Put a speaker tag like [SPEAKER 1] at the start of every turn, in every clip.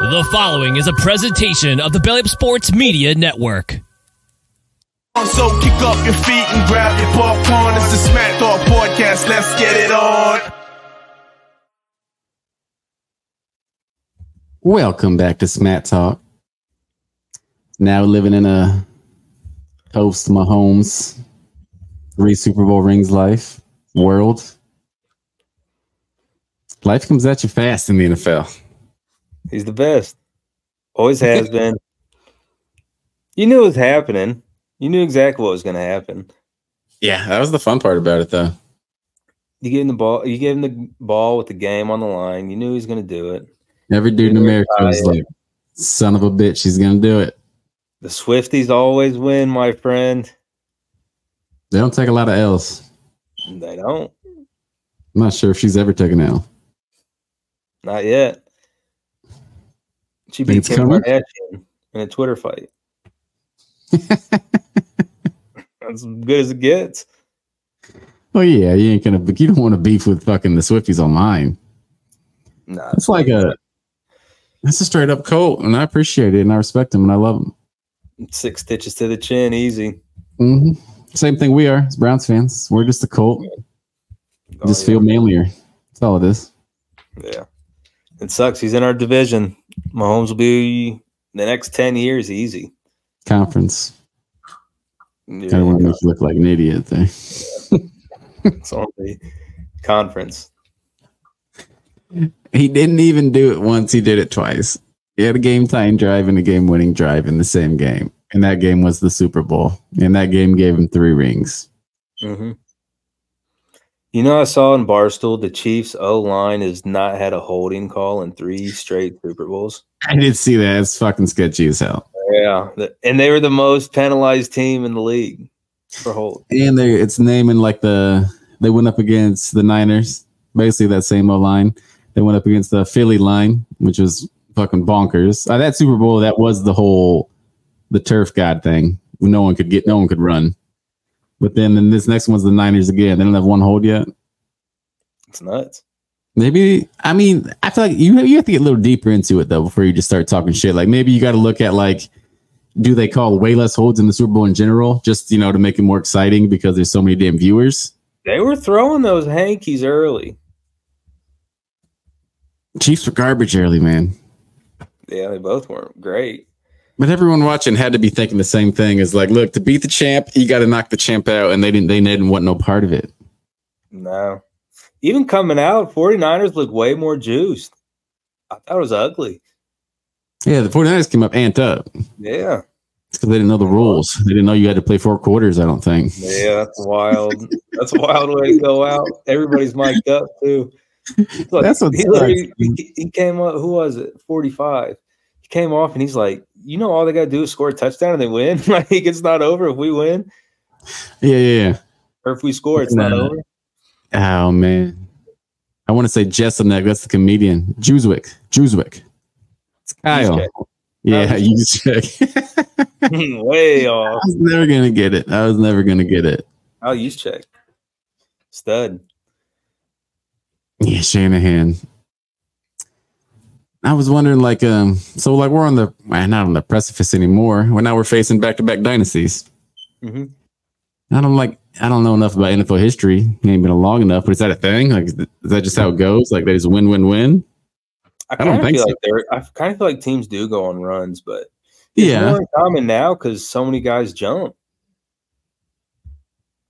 [SPEAKER 1] The following is a presentation of the Belly Up Sports Media Network.
[SPEAKER 2] So kick up your feet and grab your popcorn. It's the Smack Talk Podcast. Let's get it on.
[SPEAKER 3] Welcome back to Smat Talk. Now living in a post Mahomes three Super Bowl rings life world. Life comes at you fast in the NFL.
[SPEAKER 4] He's the best. Always has been. You knew it was happening. You knew exactly what was going to happen.
[SPEAKER 3] Yeah, that was the fun part about it, though.
[SPEAKER 4] You gave him the ball. You gave him the ball with the game on the line. You knew he was going to do it.
[SPEAKER 3] Every dude in America was like, "Son of a bitch, he's gonna do it."
[SPEAKER 4] The Swifties always win, my friend.
[SPEAKER 3] They don't take a lot of L's.
[SPEAKER 4] They don't.
[SPEAKER 3] I'm not sure if she's ever taken an L.
[SPEAKER 4] Not yet. She beat
[SPEAKER 3] Think it's
[SPEAKER 4] Kim
[SPEAKER 3] coming?
[SPEAKER 4] Kardashian in a Twitter fight. That's as good as it gets.
[SPEAKER 3] Oh yeah, you ain't gonna. You don't want to beef with fucking the Swifties online.
[SPEAKER 4] Nah,
[SPEAKER 3] That's like a. That's a straight up cult, and I appreciate it, and I respect them, and I love them.
[SPEAKER 4] six stitches to the chin, easy.
[SPEAKER 3] hmm Same thing we are as Browns fans. We're just a cult.
[SPEAKER 4] Oh,
[SPEAKER 3] just
[SPEAKER 4] yeah.
[SPEAKER 3] feel manlier. That's all it is.
[SPEAKER 4] Yeah. It sucks. He's in our division. Mahomes will be the next 10 years easy.
[SPEAKER 3] Conference. I
[SPEAKER 4] Yeah,
[SPEAKER 3] don't want to make you look like an idiot there.
[SPEAKER 4] it's on the conference.
[SPEAKER 3] He didn't even do it once. He did it twice. He had a game tying drive and a game winning drive in the same game. And that game was the Super Bowl. And that game gave him three rings.
[SPEAKER 4] hmm You know, I saw in Barstool the Chiefs O line has not had a holding call in three straight Super Bowls.
[SPEAKER 3] I did see that. It's fucking sketchy as hell.
[SPEAKER 4] Yeah. the- And they were the most penalized team in the league for hold.
[SPEAKER 3] And they it's naming like the they went up against the Niners, basically that same O line. They went up against the Philly line, which was fucking bonkers. Uh, that Super Bowl, that was the whole the turf god thing. No one could get, no one could run. But then, then this next one's the Niners again. They don't have one hold yet.
[SPEAKER 4] It's nuts.
[SPEAKER 3] Maybe I mean I feel like you you have to get a little deeper into it though before you just start talking shit. Like maybe you got to look at like do they call way less holds in the Super Bowl in general just you know to make it more exciting because there's so many damn viewers.
[SPEAKER 4] They were throwing those hankies early.
[SPEAKER 3] Chiefs were garbage early, man.
[SPEAKER 4] Yeah, they both weren't great.
[SPEAKER 3] But everyone watching had to be thinking the same thing is like, look, to beat the champ, you got to knock the champ out, and they didn't. They didn't want no part of it.
[SPEAKER 4] No. Even coming out, 49ers look way more juiced. I thought it was ugly.
[SPEAKER 3] Yeah, the 49ers came up amped up
[SPEAKER 4] Yeah.
[SPEAKER 3] because they didn't know the rules. They didn't know you had to play four quarters. I don't think.
[SPEAKER 4] Yeah, that's wild. that's a wild way to go out. Everybody's mic'd up too. Look,
[SPEAKER 3] That's what
[SPEAKER 4] he, literally- he, he came up, who was it? 45. He came off and he's like, you know, all they gotta do is score a touchdown and they win. like it's not over if we win
[SPEAKER 3] Yeah, yeah,
[SPEAKER 4] or if we score, it's not
[SPEAKER 3] Nah.
[SPEAKER 4] over.
[SPEAKER 3] yeah. Oh man, I want to say Jesselneck. That's the comedian. Jewswick. Jewswick. It's Kyle.
[SPEAKER 4] Juszczyk.
[SPEAKER 3] Yeah,
[SPEAKER 4] Oh,
[SPEAKER 3] you check.
[SPEAKER 4] way off.
[SPEAKER 3] I was never gonna get it. I was never gonna get it.
[SPEAKER 4] I'll use check. Stud.
[SPEAKER 3] Yeah, Shanahan. I was wondering, like, um, so like we're on the well, not on the precipice anymore. Well, now we're facing back to back dynasties.
[SPEAKER 4] hmm
[SPEAKER 3] I don't like. I don't know enough about NFL history. It ain't been long enough, but is that a thing? Like, is th- is that just how it goes? Like, they just win, win, win.
[SPEAKER 4] I
[SPEAKER 3] I don't
[SPEAKER 4] kind of
[SPEAKER 3] think
[SPEAKER 4] feel
[SPEAKER 3] so.
[SPEAKER 4] like they're. I kind of feel like teams do go on runs, but it's
[SPEAKER 3] Yeah,
[SPEAKER 4] more common now because so many guys jump.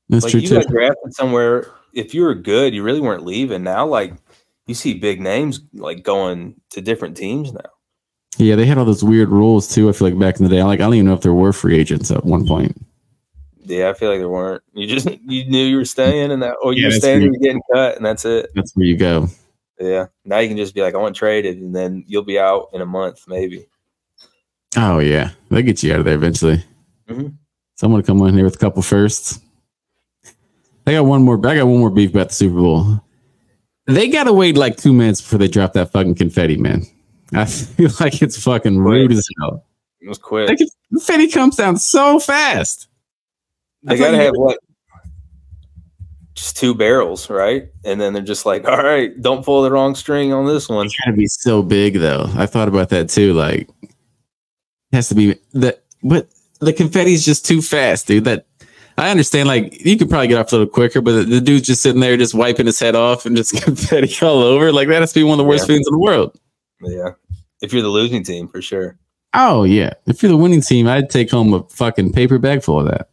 [SPEAKER 3] that's
[SPEAKER 4] like
[SPEAKER 3] true
[SPEAKER 4] you
[SPEAKER 3] too.
[SPEAKER 4] got drafted somewhere. If you were good, you really weren't leaving. Now, like you see big names like going to different teams now.
[SPEAKER 3] yeah, they had all those weird rules too. I feel like back in the day, like I don't even know if there were free agents at one point.
[SPEAKER 4] Yeah, I feel like there weren't. You just you knew you were staying, and that or you
[SPEAKER 3] Yeah,
[SPEAKER 4] were
[SPEAKER 3] that's
[SPEAKER 4] staying
[SPEAKER 3] weird.
[SPEAKER 4] and you're getting cut, and that's it.
[SPEAKER 3] That's where you go.
[SPEAKER 4] Yeah. Now you can just be like, I want traded, and then you'll be out in a month, maybe.
[SPEAKER 3] Oh yeah, they get you out of there eventually.
[SPEAKER 4] Mhm.
[SPEAKER 3] Someone come in here with a couple firsts. I got one more. I got one more beef about the Super Bowl. They gotta wait like two minutes before they drop that fucking confetti, man. I feel like it's fucking rude as hell.
[SPEAKER 4] It was
[SPEAKER 3] They
[SPEAKER 4] quick.
[SPEAKER 3] can, confetti comes down so fast. I
[SPEAKER 4] They
[SPEAKER 3] feel
[SPEAKER 4] gotta
[SPEAKER 3] like-
[SPEAKER 4] have what just two barrels, right? And then they're just like, all right, don't pull the wrong string on this one.
[SPEAKER 3] It's gonna be so big though. I thought about that too. Like, it has to be the but the confetti's just too fast, dude. That I understand. Like, you could probably get off a little quicker, but the, the dude's just sitting there, just wiping his head off and just confetti all over. Like, that has to be one of the worst
[SPEAKER 4] Yeah.
[SPEAKER 3] feelings in the world.
[SPEAKER 4] Yeah. If you're the losing team, for sure.
[SPEAKER 3] Oh yeah. If you're the winning team, I'd take home a fucking paper bag full of that.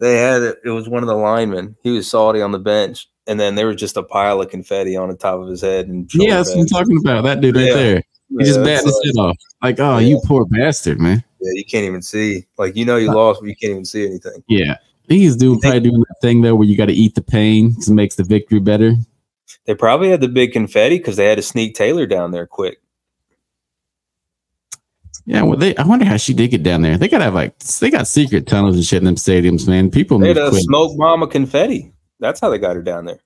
[SPEAKER 4] They had it. It was one of the linemen. He was salty on the bench. And then there was just a pile of confetti on the top of his head. And
[SPEAKER 3] yeah, that's what I'm talking about. That dude right
[SPEAKER 4] Yeah.
[SPEAKER 3] there. He just batting his head off. Like, oh, you poor bastard, man.
[SPEAKER 4] Yeah, you can't even see. Like, you know, you lost, but you can't even see anything.
[SPEAKER 3] Yeah. He's doing
[SPEAKER 4] You think-
[SPEAKER 3] probably doing that thing though where you got to eat the pain because it makes the victory better.
[SPEAKER 4] They probably had the big confetti because they had to sneak Taylor down there quick.
[SPEAKER 3] Yeah, well, they. I wonder how she did get down there. They gotta have like they got secret tunnels and shit in them stadiums, man. People
[SPEAKER 4] They
[SPEAKER 3] move
[SPEAKER 4] had a
[SPEAKER 3] quick.
[SPEAKER 4] smoke mama confetti. That's how they got her down there.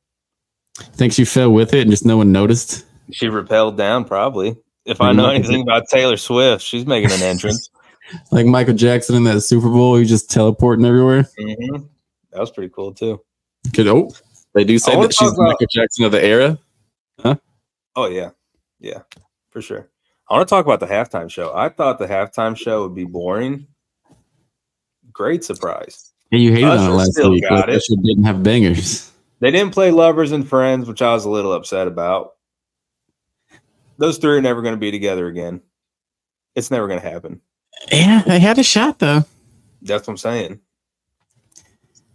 [SPEAKER 3] Think she fell with it and just no one noticed.
[SPEAKER 4] She rappelled down, probably. If I
[SPEAKER 3] Mm-hmm.
[SPEAKER 4] know anything about Taylor Swift, she's making an entrance.
[SPEAKER 3] Like Michael Jackson in that Super Bowl, he was just teleporting everywhere. Mm-hmm.
[SPEAKER 4] Mhm. That was pretty cool, too.
[SPEAKER 3] Could oh, they do say
[SPEAKER 4] I wanna
[SPEAKER 3] that she's
[SPEAKER 4] talk about-
[SPEAKER 3] Michael Jackson of the era.
[SPEAKER 4] Oh yeah, yeah, for sure. I want to talk about the halftime show. I thought the halftime show would be boring. Great surprise.
[SPEAKER 3] Yeah, you hated on
[SPEAKER 4] Usher
[SPEAKER 3] it last
[SPEAKER 4] still
[SPEAKER 3] week.
[SPEAKER 4] got
[SPEAKER 3] Like,
[SPEAKER 4] it.
[SPEAKER 3] Usher didn't have bangers.
[SPEAKER 4] They didn't play Lovers and Friends, which I was a little upset about. Those three are never going to be together again. It's never going to happen.
[SPEAKER 3] Yeah, they had a shot though.
[SPEAKER 4] That's what I'm saying.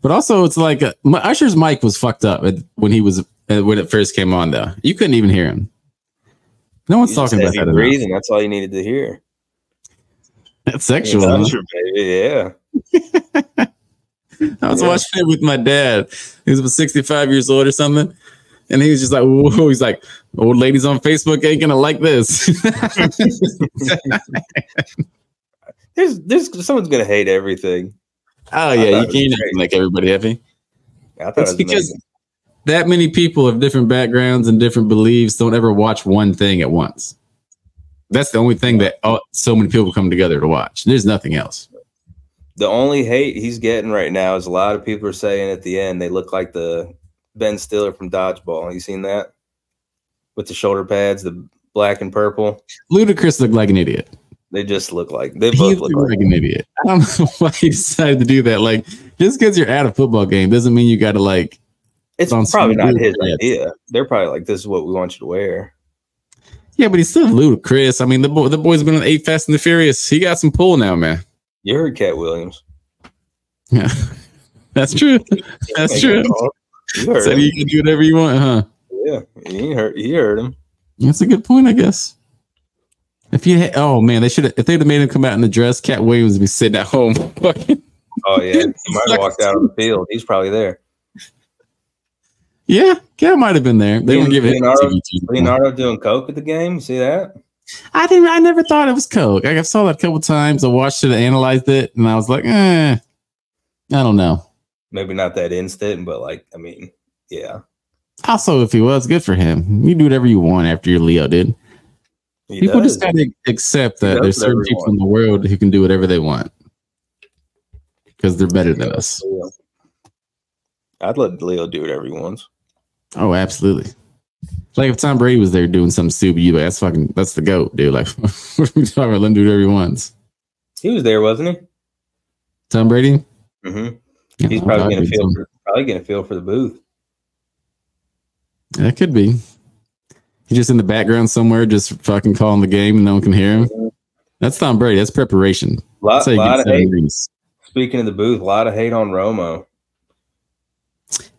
[SPEAKER 3] But also, it's like uh, my, Usher's mic was fucked up at- when he was uh, when it first came on. Though you couldn't even hear him. No one's
[SPEAKER 4] You just
[SPEAKER 3] talking about
[SPEAKER 4] had me
[SPEAKER 3] that. enough.
[SPEAKER 4] breathing. That's all you needed to hear.
[SPEAKER 3] That's sexual. huh?
[SPEAKER 4] Usher, baby. Yeah.
[SPEAKER 3] I was
[SPEAKER 4] Yeah.
[SPEAKER 3] watching it with my dad. He was about 65 years old or something. And he was just like, whoa, he's like, old ladies on Facebook ain't gonna like this.
[SPEAKER 4] There's, there's someone's going to hate everything.
[SPEAKER 3] oh
[SPEAKER 4] thought
[SPEAKER 3] yeah,
[SPEAKER 4] it
[SPEAKER 3] you
[SPEAKER 4] was
[SPEAKER 3] can't
[SPEAKER 4] great.
[SPEAKER 3] make everybody happy.
[SPEAKER 4] I thought it
[SPEAKER 3] It's
[SPEAKER 4] was
[SPEAKER 3] because
[SPEAKER 4] amazing.
[SPEAKER 3] that many people of different backgrounds and different beliefs don't ever watch one thing at once. That's the only thing that all, so many people come together to watch. There's nothing else.
[SPEAKER 4] the only hate he's getting right now is a lot of people are saying at the end they look like the Ben Stiller from Dodgeball. You seen that with the shoulder pads, the black and purple?
[SPEAKER 3] Ludacris looked like an idiot.
[SPEAKER 4] They just look like they
[SPEAKER 3] He
[SPEAKER 4] both
[SPEAKER 3] looked
[SPEAKER 4] look like.
[SPEAKER 3] like an idiot. I don't know why he decided to do that. Like, just because you're at a football game doesn't mean you got to like
[SPEAKER 4] It's
[SPEAKER 3] on
[SPEAKER 4] probably
[SPEAKER 3] some
[SPEAKER 4] not
[SPEAKER 3] weird
[SPEAKER 4] his
[SPEAKER 3] pads.
[SPEAKER 4] idea. They're probably like, "This is what we want you to wear."
[SPEAKER 3] Yeah, but he's still ludicrous. I mean, the boy, the boy's been on eight Fast and the Furious. He got some pull now, man.
[SPEAKER 4] You heard Cat Williams.
[SPEAKER 3] Yeah, that's true. That's true.
[SPEAKER 4] You heard
[SPEAKER 3] So
[SPEAKER 4] him.
[SPEAKER 3] you can do whatever you want, huh?
[SPEAKER 4] Yeah, you heard. You heard him.
[SPEAKER 3] That's a good point, I guess. If you, had, oh man, they should. If they'd have made him come out in a dress, Cat Williams would be sitting at home. fucking-
[SPEAKER 4] Oh yeah, he might have walked out on the field. He's probably there.
[SPEAKER 3] yeah, Cat might have been there. They were giving him.
[SPEAKER 4] Leonardo-
[SPEAKER 3] TV.
[SPEAKER 4] Leonardo doing coke at the game. See that?
[SPEAKER 3] I didn't. I never thought it was Coke. Like, I saw that a couple times. I watched it, I analyzed it, and I was like, eh, I don't know.
[SPEAKER 4] Maybe not that instant, but like, I mean, yeah.
[SPEAKER 3] Also, if he was, good for him. You do whatever you want after your Leo, dude.
[SPEAKER 4] He
[SPEAKER 3] people
[SPEAKER 4] does.
[SPEAKER 3] just gotta accept that
[SPEAKER 4] does
[SPEAKER 3] there's certain
[SPEAKER 4] whatever he
[SPEAKER 3] people in the world who can do whatever they want because they're better than us.
[SPEAKER 4] Leo. I'd let Leo do whatever he wants.
[SPEAKER 3] Oh, absolutely. Like if Tom Brady was there doing some stupid, you like that's fucking that's the goat, dude. Like what are we talking about? Let him do whatever he wants.
[SPEAKER 4] He was there, wasn't
[SPEAKER 3] Tom Brady.
[SPEAKER 4] he? Mm-hmm.
[SPEAKER 3] Yeah,
[SPEAKER 4] He's
[SPEAKER 3] I'll
[SPEAKER 4] probably gonna
[SPEAKER 3] give it
[SPEAKER 4] feel
[SPEAKER 3] to
[SPEAKER 4] for, probably gonna feel for the booth.
[SPEAKER 3] him. That could be. He's just in the background somewhere, just fucking calling the game, and no one can hear him. That's Tom Brady. That's preparation. That's
[SPEAKER 4] Lot,
[SPEAKER 3] how you
[SPEAKER 4] lot
[SPEAKER 3] get
[SPEAKER 4] of
[SPEAKER 3] seven
[SPEAKER 4] hate.
[SPEAKER 3] rings.
[SPEAKER 4] Speaking of the booth, a lot of hate on Romo.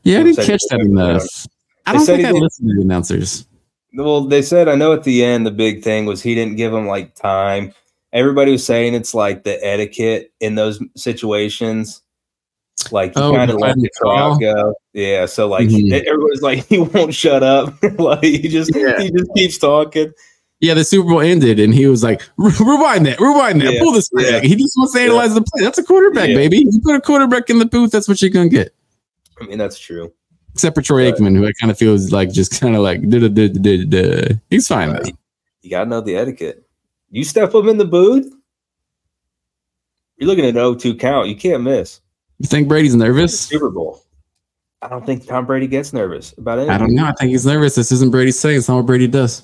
[SPEAKER 3] Yeah, I
[SPEAKER 4] Said
[SPEAKER 3] didn't
[SPEAKER 4] he
[SPEAKER 3] catch that
[SPEAKER 4] didn't
[SPEAKER 3] enough. I
[SPEAKER 4] They
[SPEAKER 3] don't
[SPEAKER 4] said
[SPEAKER 3] think
[SPEAKER 4] he
[SPEAKER 3] I
[SPEAKER 4] didn't-
[SPEAKER 3] listened to the announcers.
[SPEAKER 4] Well, they said I know at the end the big thing was he didn't give him like time. Everybody was saying it's like the etiquette in those situations. Like you
[SPEAKER 3] Oh,
[SPEAKER 4] kind of
[SPEAKER 3] the
[SPEAKER 4] let the
[SPEAKER 3] final
[SPEAKER 4] crowd go. Yeah. So like
[SPEAKER 3] Mhm.
[SPEAKER 4] everybody's like, he won't shut up. like he just
[SPEAKER 3] Yeah.
[SPEAKER 4] he just keeps talking.
[SPEAKER 3] Yeah, the Super Bowl ended, and he was like, "Re- "Rewind that, rewind that,
[SPEAKER 4] Yeah,
[SPEAKER 3] pull this back." He just wants to analyze the play. That's a quarterback,
[SPEAKER 4] Yeah.
[SPEAKER 3] baby. You put a quarterback in the booth, that's what you're gonna get.
[SPEAKER 4] I mean, that's true.
[SPEAKER 3] Except for Troy
[SPEAKER 4] Right.
[SPEAKER 3] Aikman, who I kind of feel is like just kind of like duh, duh, duh, duh, duh, duh. He's fine though.
[SPEAKER 4] Right. You gotta know the etiquette. You step up in the booth, you're looking at an 0-2 count. You can't miss
[SPEAKER 3] You think Brady's nervous?
[SPEAKER 4] Super Bowl. I don't think Tom Brady gets nervous about anything.
[SPEAKER 3] I don't know. I think he's nervous. This isn't Brady's thing. It's not what Brady does.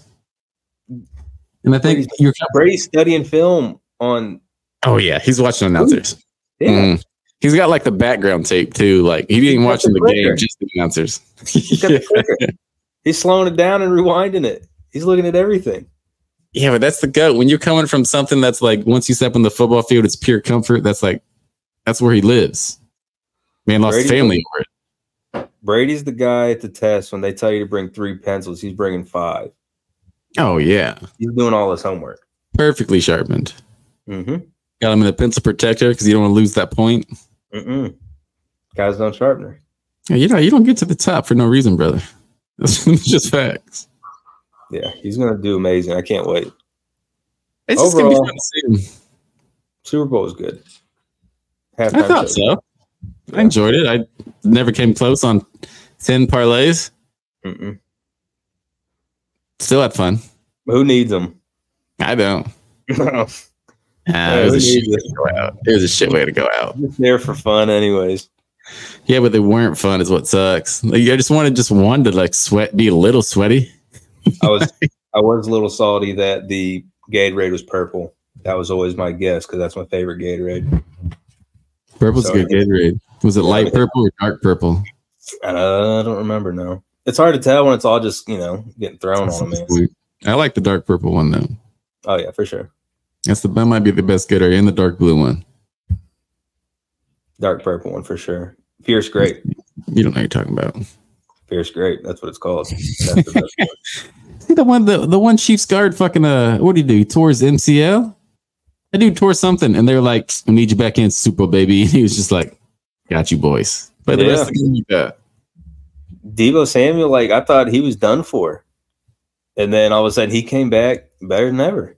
[SPEAKER 3] And I think
[SPEAKER 4] Brady's-
[SPEAKER 3] you're.
[SPEAKER 4] Brady's studying film on
[SPEAKER 3] Oh yeah, he's watching announcers.
[SPEAKER 4] yeah,
[SPEAKER 3] Mm. He's got like the background tape too. Like he didn't
[SPEAKER 4] got
[SPEAKER 3] watch the
[SPEAKER 4] the
[SPEAKER 3] game,
[SPEAKER 4] clicker.
[SPEAKER 3] just the announcers.
[SPEAKER 4] he's got the clicker. He's slowing it down and rewinding it. He's looking at everything.
[SPEAKER 3] Yeah, but that's the gut. When you're coming from something that's like once you step on the football field, it's pure comfort. That's like that's where he lives. Man lost his
[SPEAKER 4] Brady-
[SPEAKER 3] family over it.
[SPEAKER 4] Brady's the guy at the test when they tell you to bring three pencils, he's bringing five.
[SPEAKER 3] Oh yeah.
[SPEAKER 4] He's doing all his homework.
[SPEAKER 3] Perfectly sharpened.
[SPEAKER 4] hmm
[SPEAKER 3] Got him in a pencil protector because you don't want to lose that point.
[SPEAKER 4] Mm-mm. Guys don't sharpener.
[SPEAKER 3] Yeah, You know, you don't get to the top for no reason, brother. That's just facts.
[SPEAKER 4] Yeah, he's gonna do amazing. I can't wait.
[SPEAKER 3] It's just gonna be
[SPEAKER 4] Overall-
[SPEAKER 3] fun to see him.
[SPEAKER 4] Super Bowl is good.
[SPEAKER 3] I
[SPEAKER 4] Halftime
[SPEAKER 3] thought
[SPEAKER 4] show.
[SPEAKER 3] so. I enjoyed it. I never came close on ten parlays.
[SPEAKER 4] Mm-mm.
[SPEAKER 3] Still had fun.
[SPEAKER 4] Who needs them?
[SPEAKER 3] I don't.
[SPEAKER 4] Just
[SPEAKER 3] Ah, it was a shit way to go out. It was a shit way to go out.
[SPEAKER 4] there for fun, anyways.
[SPEAKER 3] Yeah, but they weren't fun. Is what sucks. Like, I just wanted just one to like sweat, be a little sweaty.
[SPEAKER 4] I was I was a little salty that the Gatorade was purple. That was always my guess because that's my favorite Gatorade.
[SPEAKER 3] Purple's a
[SPEAKER 4] Sorry.
[SPEAKER 3] good Gatorade. Was it light purple or dark purple?
[SPEAKER 4] And I don't remember now. It's hard to tell when it's all just you know getting thrown on them. man.
[SPEAKER 3] I like the dark purple one though.
[SPEAKER 4] Oh yeah, for sure.
[SPEAKER 3] That's the that might be the best Gatorade and the dark blue one.
[SPEAKER 4] Dark purple one for sure. Fierce grape.
[SPEAKER 3] You don't know what you're talking about.
[SPEAKER 4] Fierce grape. That's what it's called. That's the best one.
[SPEAKER 3] See the one the, the one Chiefs guard fucking uh what did he do? He tore his MCL? That dude tore something and they were like, I need you back in Super Bowl, baby. And he was just like, Got you boys. But the
[SPEAKER 4] Yeah.
[SPEAKER 3] rest of the game like that.
[SPEAKER 4] Debo Samuel, like I thought he was done for, and then all of a sudden he came back better than ever.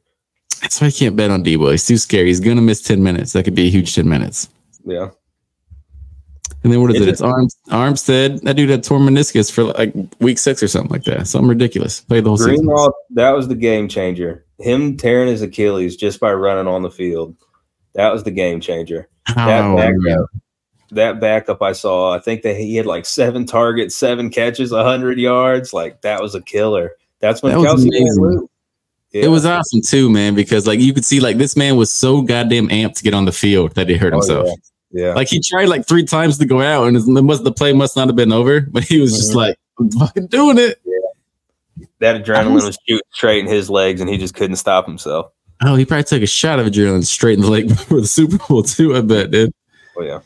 [SPEAKER 3] That's why you can't bet on D Boy. He's too scary. He's gonna miss ten minutes. That could be a huge ten minutes.
[SPEAKER 4] Yeah,
[SPEAKER 3] And then what is
[SPEAKER 4] Is
[SPEAKER 3] it?
[SPEAKER 4] it-
[SPEAKER 3] It's Arms Armstead. That dude had torn meniscus for like week six or something like that. Something ridiculous. Played the whole season.
[SPEAKER 4] Greenlaw, that was the game changer. Him tearing his Achilles just by running on the field, that was the game changer. That
[SPEAKER 3] Oh,
[SPEAKER 4] backup,
[SPEAKER 3] man.
[SPEAKER 4] that backup I saw, I think that he had like seven targets, seven catches, hundred yards. Like that was a killer. That's when
[SPEAKER 3] That was
[SPEAKER 4] Kelsey
[SPEAKER 3] amazing.
[SPEAKER 4] Yeah.
[SPEAKER 3] It was uh, awesome too, man, because like you could see like this man was so goddamn amped to get on the field that he hurt
[SPEAKER 4] Oh,
[SPEAKER 3] himself.
[SPEAKER 4] yeah.
[SPEAKER 3] Like he tried like three times to go out, and his, must- the play must not have been over. But he was just
[SPEAKER 4] Mhm.
[SPEAKER 3] like "I'm fucking doing it.
[SPEAKER 4] that adrenaline
[SPEAKER 3] was-
[SPEAKER 4] was shooting straight in his legs, and he just couldn't stop himself.
[SPEAKER 3] Oh, he probably took a shot of adrenaline straight in the leg before the Super Bowl too. I bet, dude.
[SPEAKER 4] Oh yeah,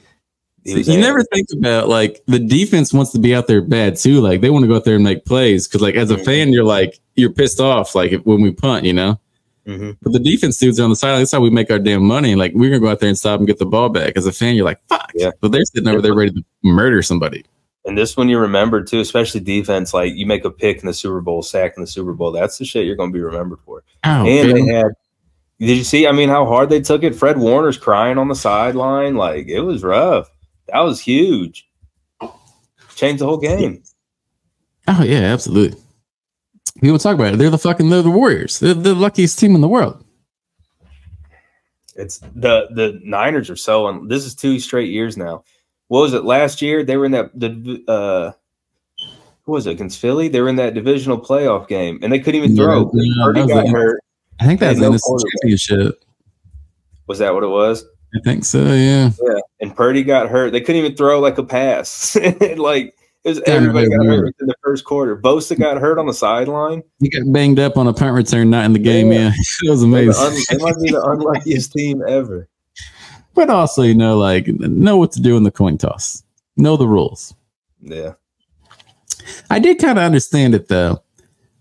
[SPEAKER 4] He
[SPEAKER 3] So
[SPEAKER 4] was
[SPEAKER 3] you
[SPEAKER 4] angry.
[SPEAKER 3] never think about like the defense wants to be out there bad too. Like they want to go out there and make plays because like as a
[SPEAKER 4] Mhm.
[SPEAKER 3] fan, you're like you're pissed off like if- when we punt, you know.
[SPEAKER 4] Mhm.
[SPEAKER 3] But the defense dudes are on the sideline. That's how we make our damn money. Like we're gonna go out there and stop and get the ball back. As a fan, you're like, fuck.
[SPEAKER 4] Yeah.
[SPEAKER 3] But they're sitting over there ready to murder somebody.
[SPEAKER 4] And this one you remember too, especially defense. Like you make a pick in the Super Bowl, sack in the Super Bowl. That's the shit you're going to be remembered for.
[SPEAKER 3] Oh,
[SPEAKER 4] and
[SPEAKER 3] man.
[SPEAKER 4] they had. Did you see? I mean, how hard they took it. Fred Warner's crying on the sideline. Like it was rough. That was huge. Changed the whole game.
[SPEAKER 3] oh yeah, absolutely. People talk about it. They're the fucking they're the Warriors. They're the luckiest team in the world.
[SPEAKER 4] It's the the Niners are so. un- This is two straight years now. What was it last year? They were in that the. Uh, who was it against Philly? They were in that divisional playoff game, and they couldn't even
[SPEAKER 3] Yeah,
[SPEAKER 4] throw.
[SPEAKER 3] yeah, that
[SPEAKER 4] Purdy
[SPEAKER 3] was
[SPEAKER 4] got
[SPEAKER 3] the-
[SPEAKER 4] hurt.
[SPEAKER 3] I think
[SPEAKER 4] They
[SPEAKER 3] that's
[SPEAKER 4] had no
[SPEAKER 3] in this
[SPEAKER 4] quarterback.
[SPEAKER 3] championship.
[SPEAKER 4] Was that what it was?
[SPEAKER 3] I think so. Yeah.
[SPEAKER 4] and Purdy got hurt. They couldn't even throw like a pass. like it was
[SPEAKER 3] Yeah,
[SPEAKER 4] everybody
[SPEAKER 3] yeah,
[SPEAKER 4] got
[SPEAKER 3] yeah.
[SPEAKER 4] hurt within the first quarter. Bosa got hurt on the sideline.
[SPEAKER 3] He got banged up on a punt return, not in the game. Yeah,
[SPEAKER 4] Yeah.
[SPEAKER 3] it was
[SPEAKER 4] They're the
[SPEAKER 3] amazing.
[SPEAKER 4] un- They might be the unluckiest team ever.
[SPEAKER 3] but also, you know, like know what to do in the coin toss. Know the rules.
[SPEAKER 4] Yeah,
[SPEAKER 3] I did kind of understand it though,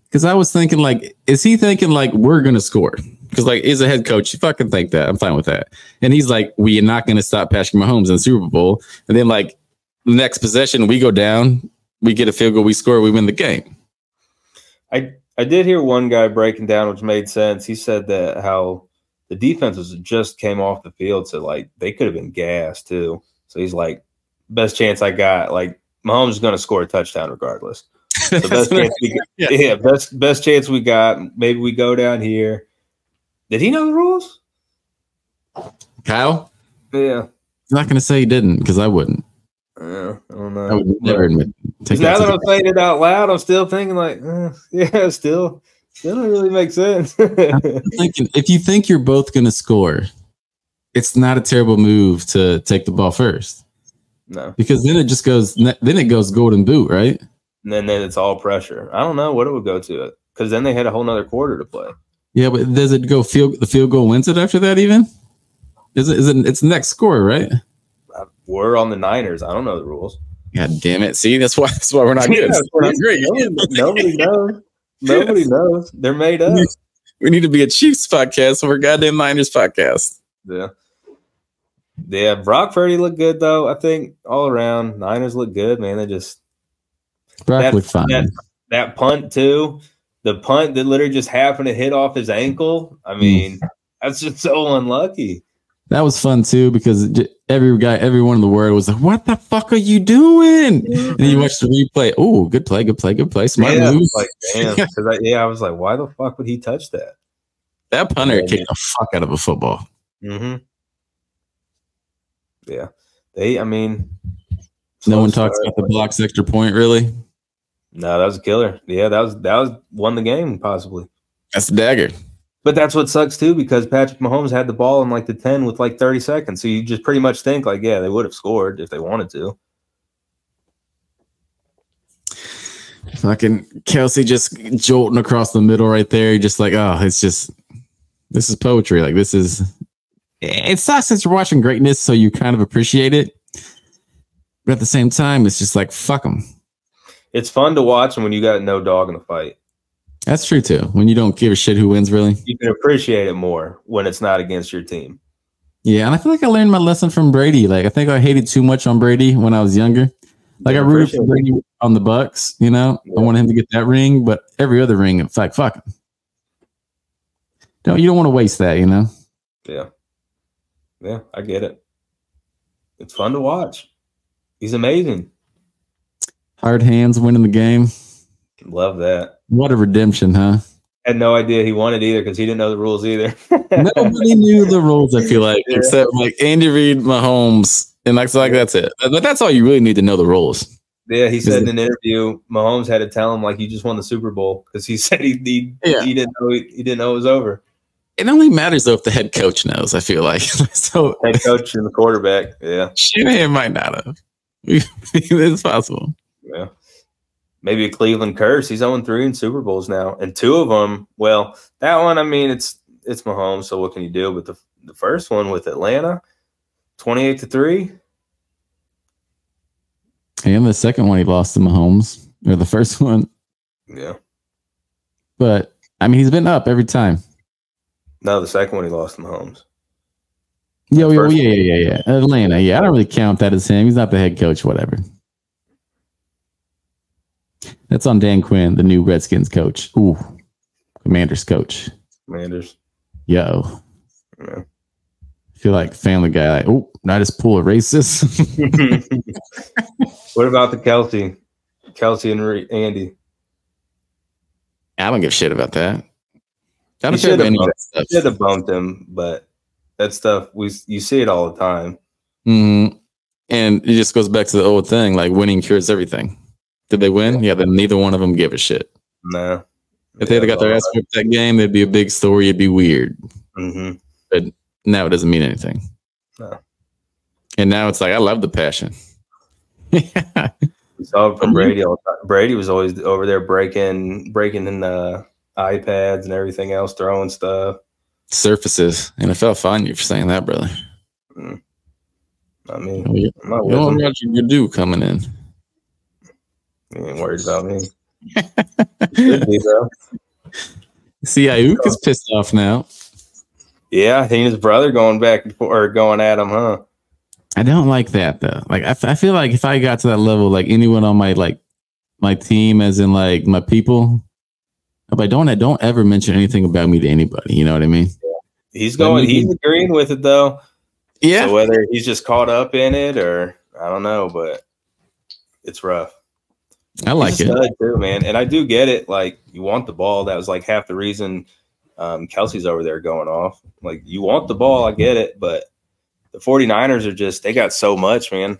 [SPEAKER 3] because I was thinking like, is he thinking like we're gonna score? Because like, is a head coach, you fucking think that. I'm fine with that. And he's like, we are not gonna stop Patrick Mahomes in the Super Bowl. And then like, the next possession, we go down, we get a field goal, we score, we win the game.
[SPEAKER 4] I I did hear one guy breaking down, which made sense. He said that how the defenses just came off the field, so like they could have been gassed too. So he's like, best chance I got. Like Mahomes is going to score a touchdown regardless. the best chance we
[SPEAKER 3] Yeah.
[SPEAKER 4] got. Yeah. best best chance we got. Maybe we go down here. Did he know the rules?
[SPEAKER 3] Kyle,
[SPEAKER 4] Yeah,
[SPEAKER 3] I'm not gonna say he didn't because I wouldn't.
[SPEAKER 4] Yeah, I don't know.
[SPEAKER 3] I would never admit. Take
[SPEAKER 4] Because
[SPEAKER 3] that
[SPEAKER 4] now
[SPEAKER 3] to
[SPEAKER 4] that I'm
[SPEAKER 3] the-
[SPEAKER 4] saying it out loud, I'm still thinking like, eh, yeah, still, still don't really make sense.
[SPEAKER 3] I'm thinking, if you think you're both going to score, it's not a terrible move to take the ball first
[SPEAKER 4] no,
[SPEAKER 3] because then it just goes. Then it goes golden boot, right?
[SPEAKER 4] and then, then it's all pressure. I don't know what it would go to it because then they had a whole nother quarter to play.
[SPEAKER 3] Yeah, but does it go field? The field goal wins it after that. Even is it? Is it? It's next score, right?
[SPEAKER 4] Uh, We're on the Niners. I don't know the rules.
[SPEAKER 3] God damn it! See, that's why. That's why we're not good. That's why we're not great.
[SPEAKER 4] Nobody, nobody knows. Nobody knows. They're made up.
[SPEAKER 3] We need to be a Chiefs podcast or a goddamn Niners podcast.
[SPEAKER 4] Yeah. Yeah, Brock Purdy looked good though. I think all around Niners look good, man. They just
[SPEAKER 3] Brock
[SPEAKER 4] That-
[SPEAKER 3] looked fine.
[SPEAKER 4] that- that punt too. The punt that literally just happened to hit off his ankle. I
[SPEAKER 3] Mm.
[SPEAKER 4] mean, that's just so unlucky.
[SPEAKER 3] That was fun too because j- every guy, everyone in the world was like, "What the fuck are you doing?" And then you watch the replay. Oh, good play, good play, good play. Smart
[SPEAKER 4] Yeah, I
[SPEAKER 3] move.
[SPEAKER 4] was like damn. 'Cause I, yeah, I was like, why the fuck would he touch that?
[SPEAKER 3] that punter kicked the fuck out of a football.
[SPEAKER 4] Mm-hmm. Yeah, they. I mean,
[SPEAKER 3] No
[SPEAKER 4] slow
[SPEAKER 3] one talks
[SPEAKER 4] start.
[SPEAKER 3] about the blocks extra point. Really,
[SPEAKER 4] No, that was a killer. Yeah, that was that was won the game possibly.
[SPEAKER 3] that's a dagger.
[SPEAKER 4] But that's what sucks too, because Patrick Mahomes had the ball in like the ten with like thirty seconds. So you just pretty much think like, yeah, they would have scored if they wanted to.
[SPEAKER 3] Fucking Kelsey just jolting across the middle right there. You're just like, oh, it's just this is poetry. Like this is it sucks since you're watching greatness, so you kind of appreciate it. But at the same time, it's just like fuck them.
[SPEAKER 4] It's fun to watch, and when you got no dog in the fight.
[SPEAKER 3] That's true too. When you don't give a shit who wins, really.
[SPEAKER 4] you can appreciate it more when it's not against your team.
[SPEAKER 3] Yeah, and I feel like I learned my lesson from Brady. Like I think I hated too much on Brady when I was younger. Like I
[SPEAKER 4] You
[SPEAKER 3] rooted for
[SPEAKER 4] appreciate
[SPEAKER 3] Brady on the Bucks, you know. I
[SPEAKER 4] Yeah.
[SPEAKER 3] wanted him to get that ring, but every other ring, it's like fuck. 'em. Don't you don't want to waste that, you know?
[SPEAKER 4] it. Yeah. Yeah, I get it. It's fun to watch. He's amazing.
[SPEAKER 3] Hard hands winning the game.
[SPEAKER 4] Love that.
[SPEAKER 3] What a redemption, huh?
[SPEAKER 4] Had no idea he wanted either because he didn't know the rules either.
[SPEAKER 3] Nobody knew the rules. I feel like,
[SPEAKER 4] Yeah.
[SPEAKER 3] except like Andy Reid, Mahomes, and like, so, like that's it. But that's all you really need to know the rules.
[SPEAKER 4] yeah, he said in an interview, Mahomes had to tell him like you just won the Super Bowl because he said he he,
[SPEAKER 3] Yeah.
[SPEAKER 4] he didn't know he, he didn't know it was over.
[SPEAKER 3] It only matters though if the head coach knows. I feel like so.
[SPEAKER 4] Head coach and the quarterback. Yeah,
[SPEAKER 3] Shanahan might not have. it's possible.
[SPEAKER 4] yeah. Maybe a Cleveland curse. He's 0 3 in Super Bowls now. And two of them, well, that one, I mean, it's it's Mahomes, so what can you do? But the the first one with Atlanta, 28 to 3.
[SPEAKER 3] And the second one he lost to Mahomes, or the first one.
[SPEAKER 4] Yeah.
[SPEAKER 3] But I mean, he's been up every time.
[SPEAKER 4] No, the second one he lost to Mahomes.
[SPEAKER 3] Yeah, yeah,
[SPEAKER 4] First-
[SPEAKER 3] yeah, yeah, yeah. yeah. Atlanta. Yeah, I don't really count that as him. He's not the head coach. Whatever. That's on Dan Quinn, the new Redskins coach. Ooh, Commanders coach.
[SPEAKER 4] Commanders.
[SPEAKER 3] Yo,
[SPEAKER 4] Yeah.
[SPEAKER 3] I feel like Family Guy. Like, oh, not just pull a racist.
[SPEAKER 4] what about the Kelsey? Kelsey and Re- Andy.
[SPEAKER 3] I don't give a shit about that. I
[SPEAKER 4] You
[SPEAKER 3] don't care
[SPEAKER 4] should
[SPEAKER 3] about any of
[SPEAKER 4] have-
[SPEAKER 3] that stuff.
[SPEAKER 4] Should have bumped him, but that stuff we you see it all the time.
[SPEAKER 3] Mhm. And it just goes back to the old thing, like winning cures everything. Did they win? Yeah, then neither one of them give a shit.
[SPEAKER 4] No.
[SPEAKER 3] If they'd have got their ass whipped that game, it'd be a big story. It'd be weird.
[SPEAKER 4] hmm
[SPEAKER 3] Now it doesn't mean anything.
[SPEAKER 4] No.
[SPEAKER 3] And now it's like I love the passion.
[SPEAKER 4] We saw it
[SPEAKER 3] Mhm.
[SPEAKER 4] from Brady all the time. Brady was always over there breaking breaking in the iPads and everything else, throwing stuff.
[SPEAKER 3] Surfaces. And I felt fine you for saying that, brother.
[SPEAKER 4] I mean,
[SPEAKER 3] You
[SPEAKER 4] I'm not with
[SPEAKER 3] know
[SPEAKER 4] him.
[SPEAKER 3] what you do coming in.
[SPEAKER 4] He ain't worried about me. Should be, though.
[SPEAKER 3] See, Ayuk is pissed off now.
[SPEAKER 4] Yeah, he and his brother going back and forth, or going at him, huh?
[SPEAKER 3] I don't like that though. Like I, f- I feel like if I got to that level, like anyone on my like my team, as in like my people, I'm like don't don't ever mention anything about me to anybody. You know what I mean?
[SPEAKER 4] He's going.
[SPEAKER 3] Mhm.
[SPEAKER 4] He's agreeing with it though.
[SPEAKER 3] Yeah.
[SPEAKER 4] So whether he's just caught up in it or I don't know, but it's rough.
[SPEAKER 3] I like
[SPEAKER 4] He's a
[SPEAKER 3] it.
[SPEAKER 4] stud, too, man. And I do get it. Like you want the ball. That was like half the reason um, Kelsey's over there going off. Like you want the ball. I get it, but the 49ers are just they got so much, man.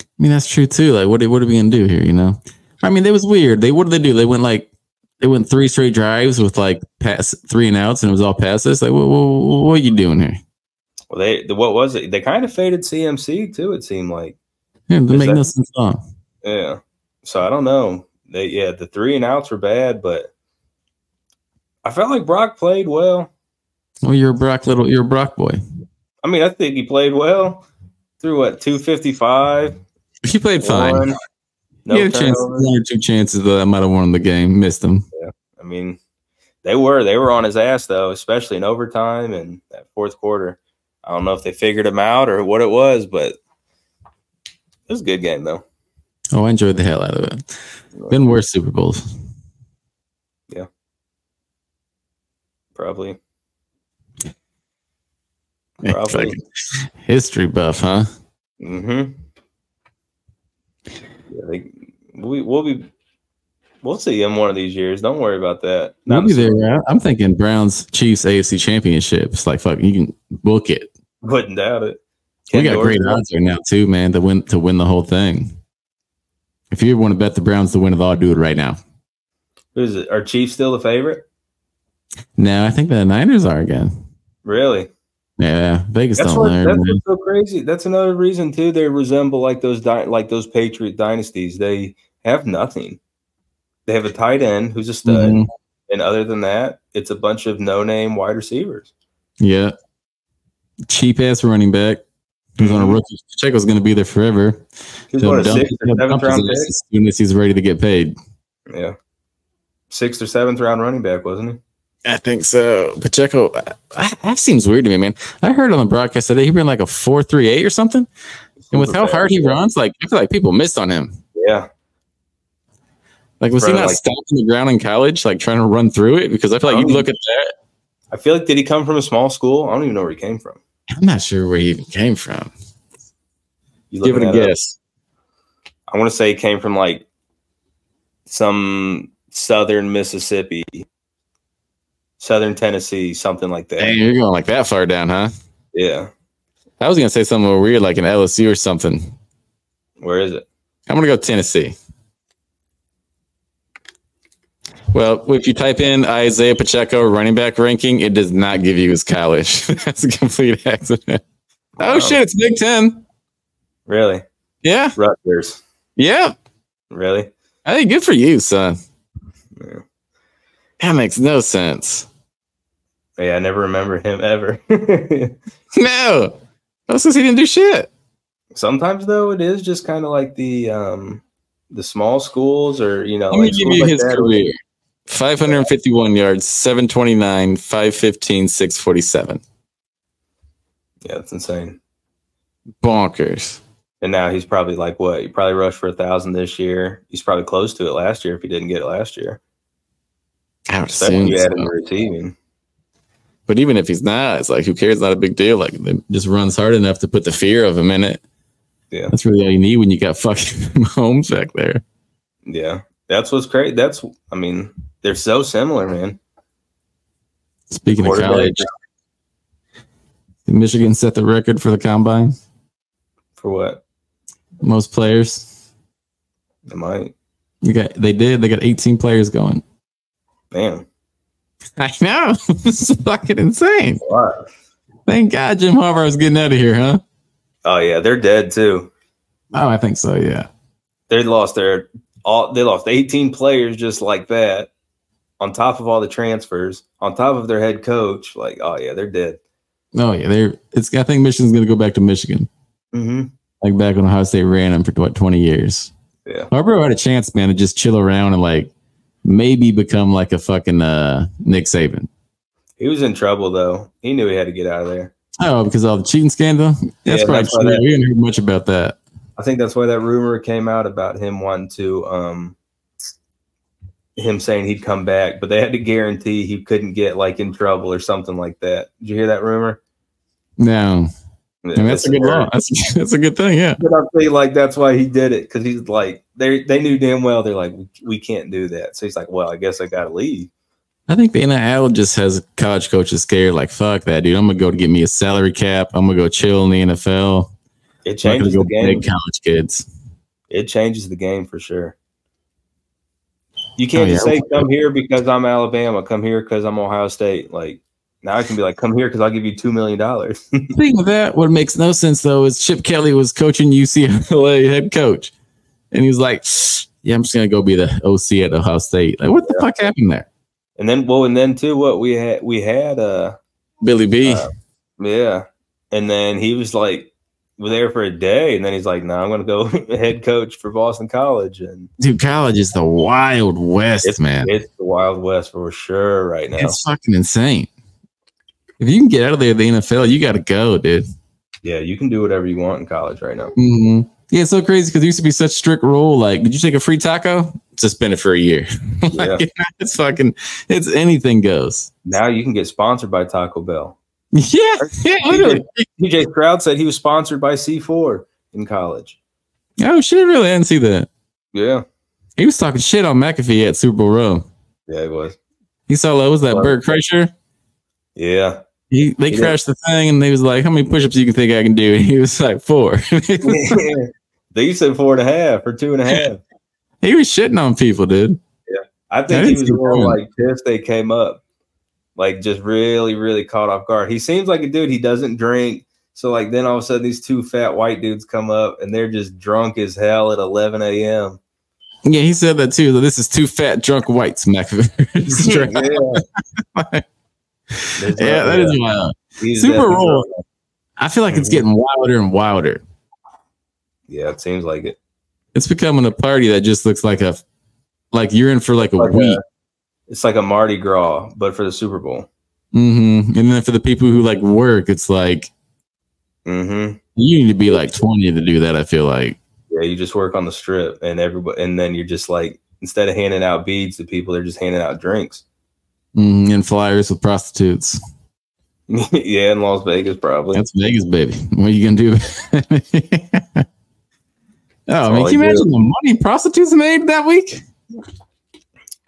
[SPEAKER 3] I mean, that's true too. Like, what are- what are we gonna do here? You know, I mean, it was weird. They what did they do? They went like they went three straight drives with like pass three and outs, and it was all passes. Like, what what, what are you doing here?
[SPEAKER 4] Well, they the- what was it? They kind of faded CMC too. It seemed like
[SPEAKER 3] Yeah, they
[SPEAKER 4] Is
[SPEAKER 3] make no
[SPEAKER 4] that-
[SPEAKER 3] sense at all.
[SPEAKER 4] yeah. So I don't know. They yeah, the three and outs were bad, but I felt like Brock played well.
[SPEAKER 3] Well, you're a Brock little, you're a Brock boy.
[SPEAKER 4] I mean, I think he played well. Through what two fifty five?
[SPEAKER 3] He played fine.
[SPEAKER 4] No
[SPEAKER 3] he had a chance,
[SPEAKER 4] turnovers.
[SPEAKER 3] one or two chances that I might have won the game. Missed them.
[SPEAKER 4] I mean, they were they were on his ass though, especially in overtime and that fourth quarter. I don't know if they figured him out or what it was, but it was a good game though.
[SPEAKER 3] Oh, I enjoyed the hell out of it. Been worse Super Bowls.
[SPEAKER 4] Probably. Probably.
[SPEAKER 3] Fucking History buff, huh?
[SPEAKER 4] Mm-hmm. Yeah, they, we we'll be we'll see him one of these years. Don't worry about that.
[SPEAKER 3] We'll
[SPEAKER 4] Not
[SPEAKER 3] be
[SPEAKER 4] a-
[SPEAKER 3] there. right? I'm thinking Browns Chiefs AFC Championships. Like fuck, you can book it.
[SPEAKER 4] Wouldn't doubt it.
[SPEAKER 3] We
[SPEAKER 4] Ken
[SPEAKER 3] got great
[SPEAKER 4] Dorsey-
[SPEAKER 3] odds right now too, man. To win to win the whole thing. If you want to bet the Browns to win it all, do it right now.
[SPEAKER 4] Who's it? Are Chiefs still the favorite?
[SPEAKER 3] No, I think the Niners are again.
[SPEAKER 4] Really?
[SPEAKER 3] Yeah, Vegas
[SPEAKER 4] That's
[SPEAKER 3] don't
[SPEAKER 4] what,
[SPEAKER 3] learn.
[SPEAKER 4] that's
[SPEAKER 3] man.
[SPEAKER 4] what's so crazy. That's another reason too. They resemble like those di- like those Patriot dynasties. They have nothing. They have a tight end who's a stud,
[SPEAKER 3] Mhm.
[SPEAKER 4] and other than that, it's a bunch of no-name wide receivers.
[SPEAKER 3] Yeah, cheap ass running back. He's on a rookie. Pacheco's going to be there forever.
[SPEAKER 4] He's
[SPEAKER 3] They'll
[SPEAKER 4] what a
[SPEAKER 3] dump-
[SPEAKER 4] sixth or
[SPEAKER 3] they'll
[SPEAKER 4] seventh
[SPEAKER 3] dump his
[SPEAKER 4] round
[SPEAKER 3] ass as soon as he's ready to get paid.
[SPEAKER 4] pick. Yeah, sixth or seventh round running back, wasn't he?
[SPEAKER 3] I think so. Pacheco, I, I, that seems weird to me, man. I heard on the broadcast today he ran like a four three eight or something. And with how hard he runs, like I feel like people missed on him.
[SPEAKER 4] Yeah,
[SPEAKER 3] Like Um, was
[SPEAKER 4] Bro,
[SPEAKER 3] he not
[SPEAKER 4] like-
[SPEAKER 3] stomping the ground in college, like trying to run through it? Because I feel like you
[SPEAKER 4] Oh.
[SPEAKER 3] look at that.
[SPEAKER 4] I feel like did he come from a small school? I don't even know where he came from.
[SPEAKER 3] I'm not sure where he even came from.
[SPEAKER 4] You
[SPEAKER 3] Give it
[SPEAKER 4] looking
[SPEAKER 3] a
[SPEAKER 4] that up?
[SPEAKER 3] guess.
[SPEAKER 4] I want to say it came from like some southern Mississippi, southern Tennessee, something like that.
[SPEAKER 3] Dang, you're going like that far down, huh?
[SPEAKER 4] Yeah.
[SPEAKER 3] I was gonna say something weird, like an LSU or something.
[SPEAKER 4] Where is it?
[SPEAKER 3] I'm gonna go Tennessee. Well, if you type in Isaiah Pacheco running back ranking, it does not give you his college. That's a complete accident. Oh
[SPEAKER 4] Wow.
[SPEAKER 3] shit, it's Big Ten.
[SPEAKER 4] Really?
[SPEAKER 3] Yeah,
[SPEAKER 4] Rutgers.
[SPEAKER 3] yeah.
[SPEAKER 4] Really?
[SPEAKER 3] Hey, good for you, son.
[SPEAKER 4] Yeah.
[SPEAKER 3] That makes no sense.
[SPEAKER 4] Yeah, I never remember him ever.
[SPEAKER 3] No, that's because he didn't do shit.
[SPEAKER 4] Sometimes though, it is just kind of like the um the small schools or you know,
[SPEAKER 3] Let me
[SPEAKER 4] like
[SPEAKER 3] give
[SPEAKER 4] schools
[SPEAKER 3] you
[SPEAKER 4] like
[SPEAKER 3] his
[SPEAKER 4] that.
[SPEAKER 3] career: 551 yards, 729, 515, 647.
[SPEAKER 4] Yeah, it's insane.
[SPEAKER 3] Bonkers.
[SPEAKER 4] And now he's probably like what? He probably rushed for a thousand this year. He's probably close to it last year if he didn't get it last year.
[SPEAKER 3] I would
[SPEAKER 4] Especially
[SPEAKER 3] assume
[SPEAKER 4] if you
[SPEAKER 3] so.
[SPEAKER 4] add him to receiving.
[SPEAKER 3] But even if he's not, it's like who cares? Not a big deal. Like it just runs hard enough to put the fear of him in it.
[SPEAKER 4] Yeah.
[SPEAKER 3] that's really all you need when you got fucking Mahomes back there.
[SPEAKER 4] Yeah. That's what's great. That's I mean, they're so similar, man.
[SPEAKER 3] Speaking of
[SPEAKER 4] Quarterback.
[SPEAKER 3] college, did Michigan set the record for the combine
[SPEAKER 4] For what?
[SPEAKER 3] most players.
[SPEAKER 4] They might.
[SPEAKER 3] You got they did. They got 18 players going.
[SPEAKER 4] Man.
[SPEAKER 3] I know it's fucking insane.
[SPEAKER 4] Wow.
[SPEAKER 3] Thank God Jim Harbaugh's getting out of here, huh?
[SPEAKER 4] Oh yeah, they're dead too.
[SPEAKER 3] Oh, I think so. Yeah,
[SPEAKER 4] they lost their all they lost 18 players just like that on top of all the transfers on top of their head coach like oh yeah they're dead
[SPEAKER 3] oh yeah. They're it's. I think Michigan's gonna go back to Michigan.
[SPEAKER 4] mm-hmm.
[SPEAKER 3] like back when Ohio State ran him for what twenty years.
[SPEAKER 4] Yeah.
[SPEAKER 3] Harbaugh had a chance, man, to just chill around and like maybe become like a fucking uh, Nick Saban.
[SPEAKER 4] he was in trouble though he knew he had to get out of there
[SPEAKER 3] Oh, because of all the cheating scandal. That's
[SPEAKER 4] Yeah,
[SPEAKER 3] probably
[SPEAKER 4] that's why
[SPEAKER 3] true.
[SPEAKER 4] that-
[SPEAKER 3] We didn't hear much about that.
[SPEAKER 4] i think that's why that rumor came out about him wanting to um him saying he'd come back but they had to guarantee he couldn't get like in trouble or something like that did you hear that rumor
[SPEAKER 3] No, I mean, that's a good law. That's, that's a good thing. Yeah,
[SPEAKER 4] But I feel like that's why he did it because he's like they they knew damn well they're like "We- we can't do that. So he's like, well, I guess I gotta leave.
[SPEAKER 3] I think the NIL just has college coaches scared. Like, fuck that, dude. I'm gonna go to get me a salary cap. I'm gonna go chill in the NFL. Not
[SPEAKER 4] It
[SPEAKER 3] gonna
[SPEAKER 4] changes
[SPEAKER 3] go
[SPEAKER 4] the game.
[SPEAKER 3] big college kids.
[SPEAKER 4] It changes the game for sure. You can't
[SPEAKER 3] Oh,
[SPEAKER 4] just
[SPEAKER 3] yeah.
[SPEAKER 4] say come here because I'm Alabama, come here because I'm Ohio State. Like now I can be like, come here because I'll give you two million dollars.
[SPEAKER 3] Speaking of that, what makes no sense though is Chip Kelly was coaching UCLA head coach, and he was like, "Yeah, I'm just gonna go be the OC at Ohio State." Like, what the fuck happened there,
[SPEAKER 4] and then well, and then too, what we had we had uh
[SPEAKER 3] Billy B?
[SPEAKER 4] Uh, yeah. And then he was like was there for a day, and then he's like, No, I'm gonna go head coach for Boston College and
[SPEAKER 3] Dude, college is the wild west, man.
[SPEAKER 4] it's the Wild West for sure right now.
[SPEAKER 3] It's fucking insane. If you can get out of there, the NFL, you got to go, dude.
[SPEAKER 4] yeah, you can do whatever you want in college right now.
[SPEAKER 3] hmm Yeah, it's so crazy because there used to be such strict rule. Like, did you take a free taco? Suspended for a year. like, It's fucking. It's anything goes.
[SPEAKER 4] Now you can get sponsored by Taco Bell.
[SPEAKER 3] Yeah, yeah, literally.
[SPEAKER 4] DJ Stroud said he was sponsored by C4 in college.
[SPEAKER 3] Oh shit, really? I didn't see that.
[SPEAKER 4] Yeah.
[SPEAKER 3] He was talking shit on McAfee at Super Bowl Row.
[SPEAKER 4] Yeah, it was.
[SPEAKER 3] He saw like, what was that
[SPEAKER 4] Wow.
[SPEAKER 3] Bert Kreischer?
[SPEAKER 4] Yeah.
[SPEAKER 3] He they
[SPEAKER 4] Yeah.
[SPEAKER 3] crashed the thing and they was like, "How many push-ups you can think I can do?" And he was like, four. he
[SPEAKER 4] they said four and a half or two and a half.
[SPEAKER 3] was shitting on people, dude.
[SPEAKER 4] I
[SPEAKER 3] That
[SPEAKER 4] think he
[SPEAKER 3] is
[SPEAKER 4] was the one
[SPEAKER 3] good.
[SPEAKER 4] like pissed they came up. Like just really, really caught off guard. He seems like a dude. He doesn't drink. So like then all of a sudden these two fat white dudes come up and they're just drunk as hell at eleven AM.
[SPEAKER 3] Yeah, he said that too. that This is two fat drunk whites, McAfee.
[SPEAKER 4] yeah. There's
[SPEAKER 3] yeah,
[SPEAKER 4] no-
[SPEAKER 3] that is wild.
[SPEAKER 4] he's
[SPEAKER 3] Super
[SPEAKER 4] definitely
[SPEAKER 3] Bowl.
[SPEAKER 4] drunk.
[SPEAKER 3] I feel like it's
[SPEAKER 4] Mhm.
[SPEAKER 3] getting wilder and wilder.
[SPEAKER 4] Yeah, it seems like it.
[SPEAKER 3] It's becoming a party that just looks like a like you're in for like a
[SPEAKER 4] Like a-
[SPEAKER 3] week.
[SPEAKER 4] It's like a Mardi Gras, but for the Super Bowl.
[SPEAKER 3] hmm And then for the people who like work, it's like
[SPEAKER 4] Mm-hmm.
[SPEAKER 3] you need to be like 20 to do that. I feel like.
[SPEAKER 4] Yeah, you just work on the strip, and everybody, and then you're just like instead of handing out beads to people, they're just handing out drinks.
[SPEAKER 3] Mhm, And flyers with prostitutes.
[SPEAKER 4] yeah, in Las Vegas, probably.
[SPEAKER 3] That's Vegas, baby. What are you gonna do? oh man,
[SPEAKER 4] all
[SPEAKER 3] can you
[SPEAKER 4] I do.
[SPEAKER 3] imagine the money prostitutes made that week?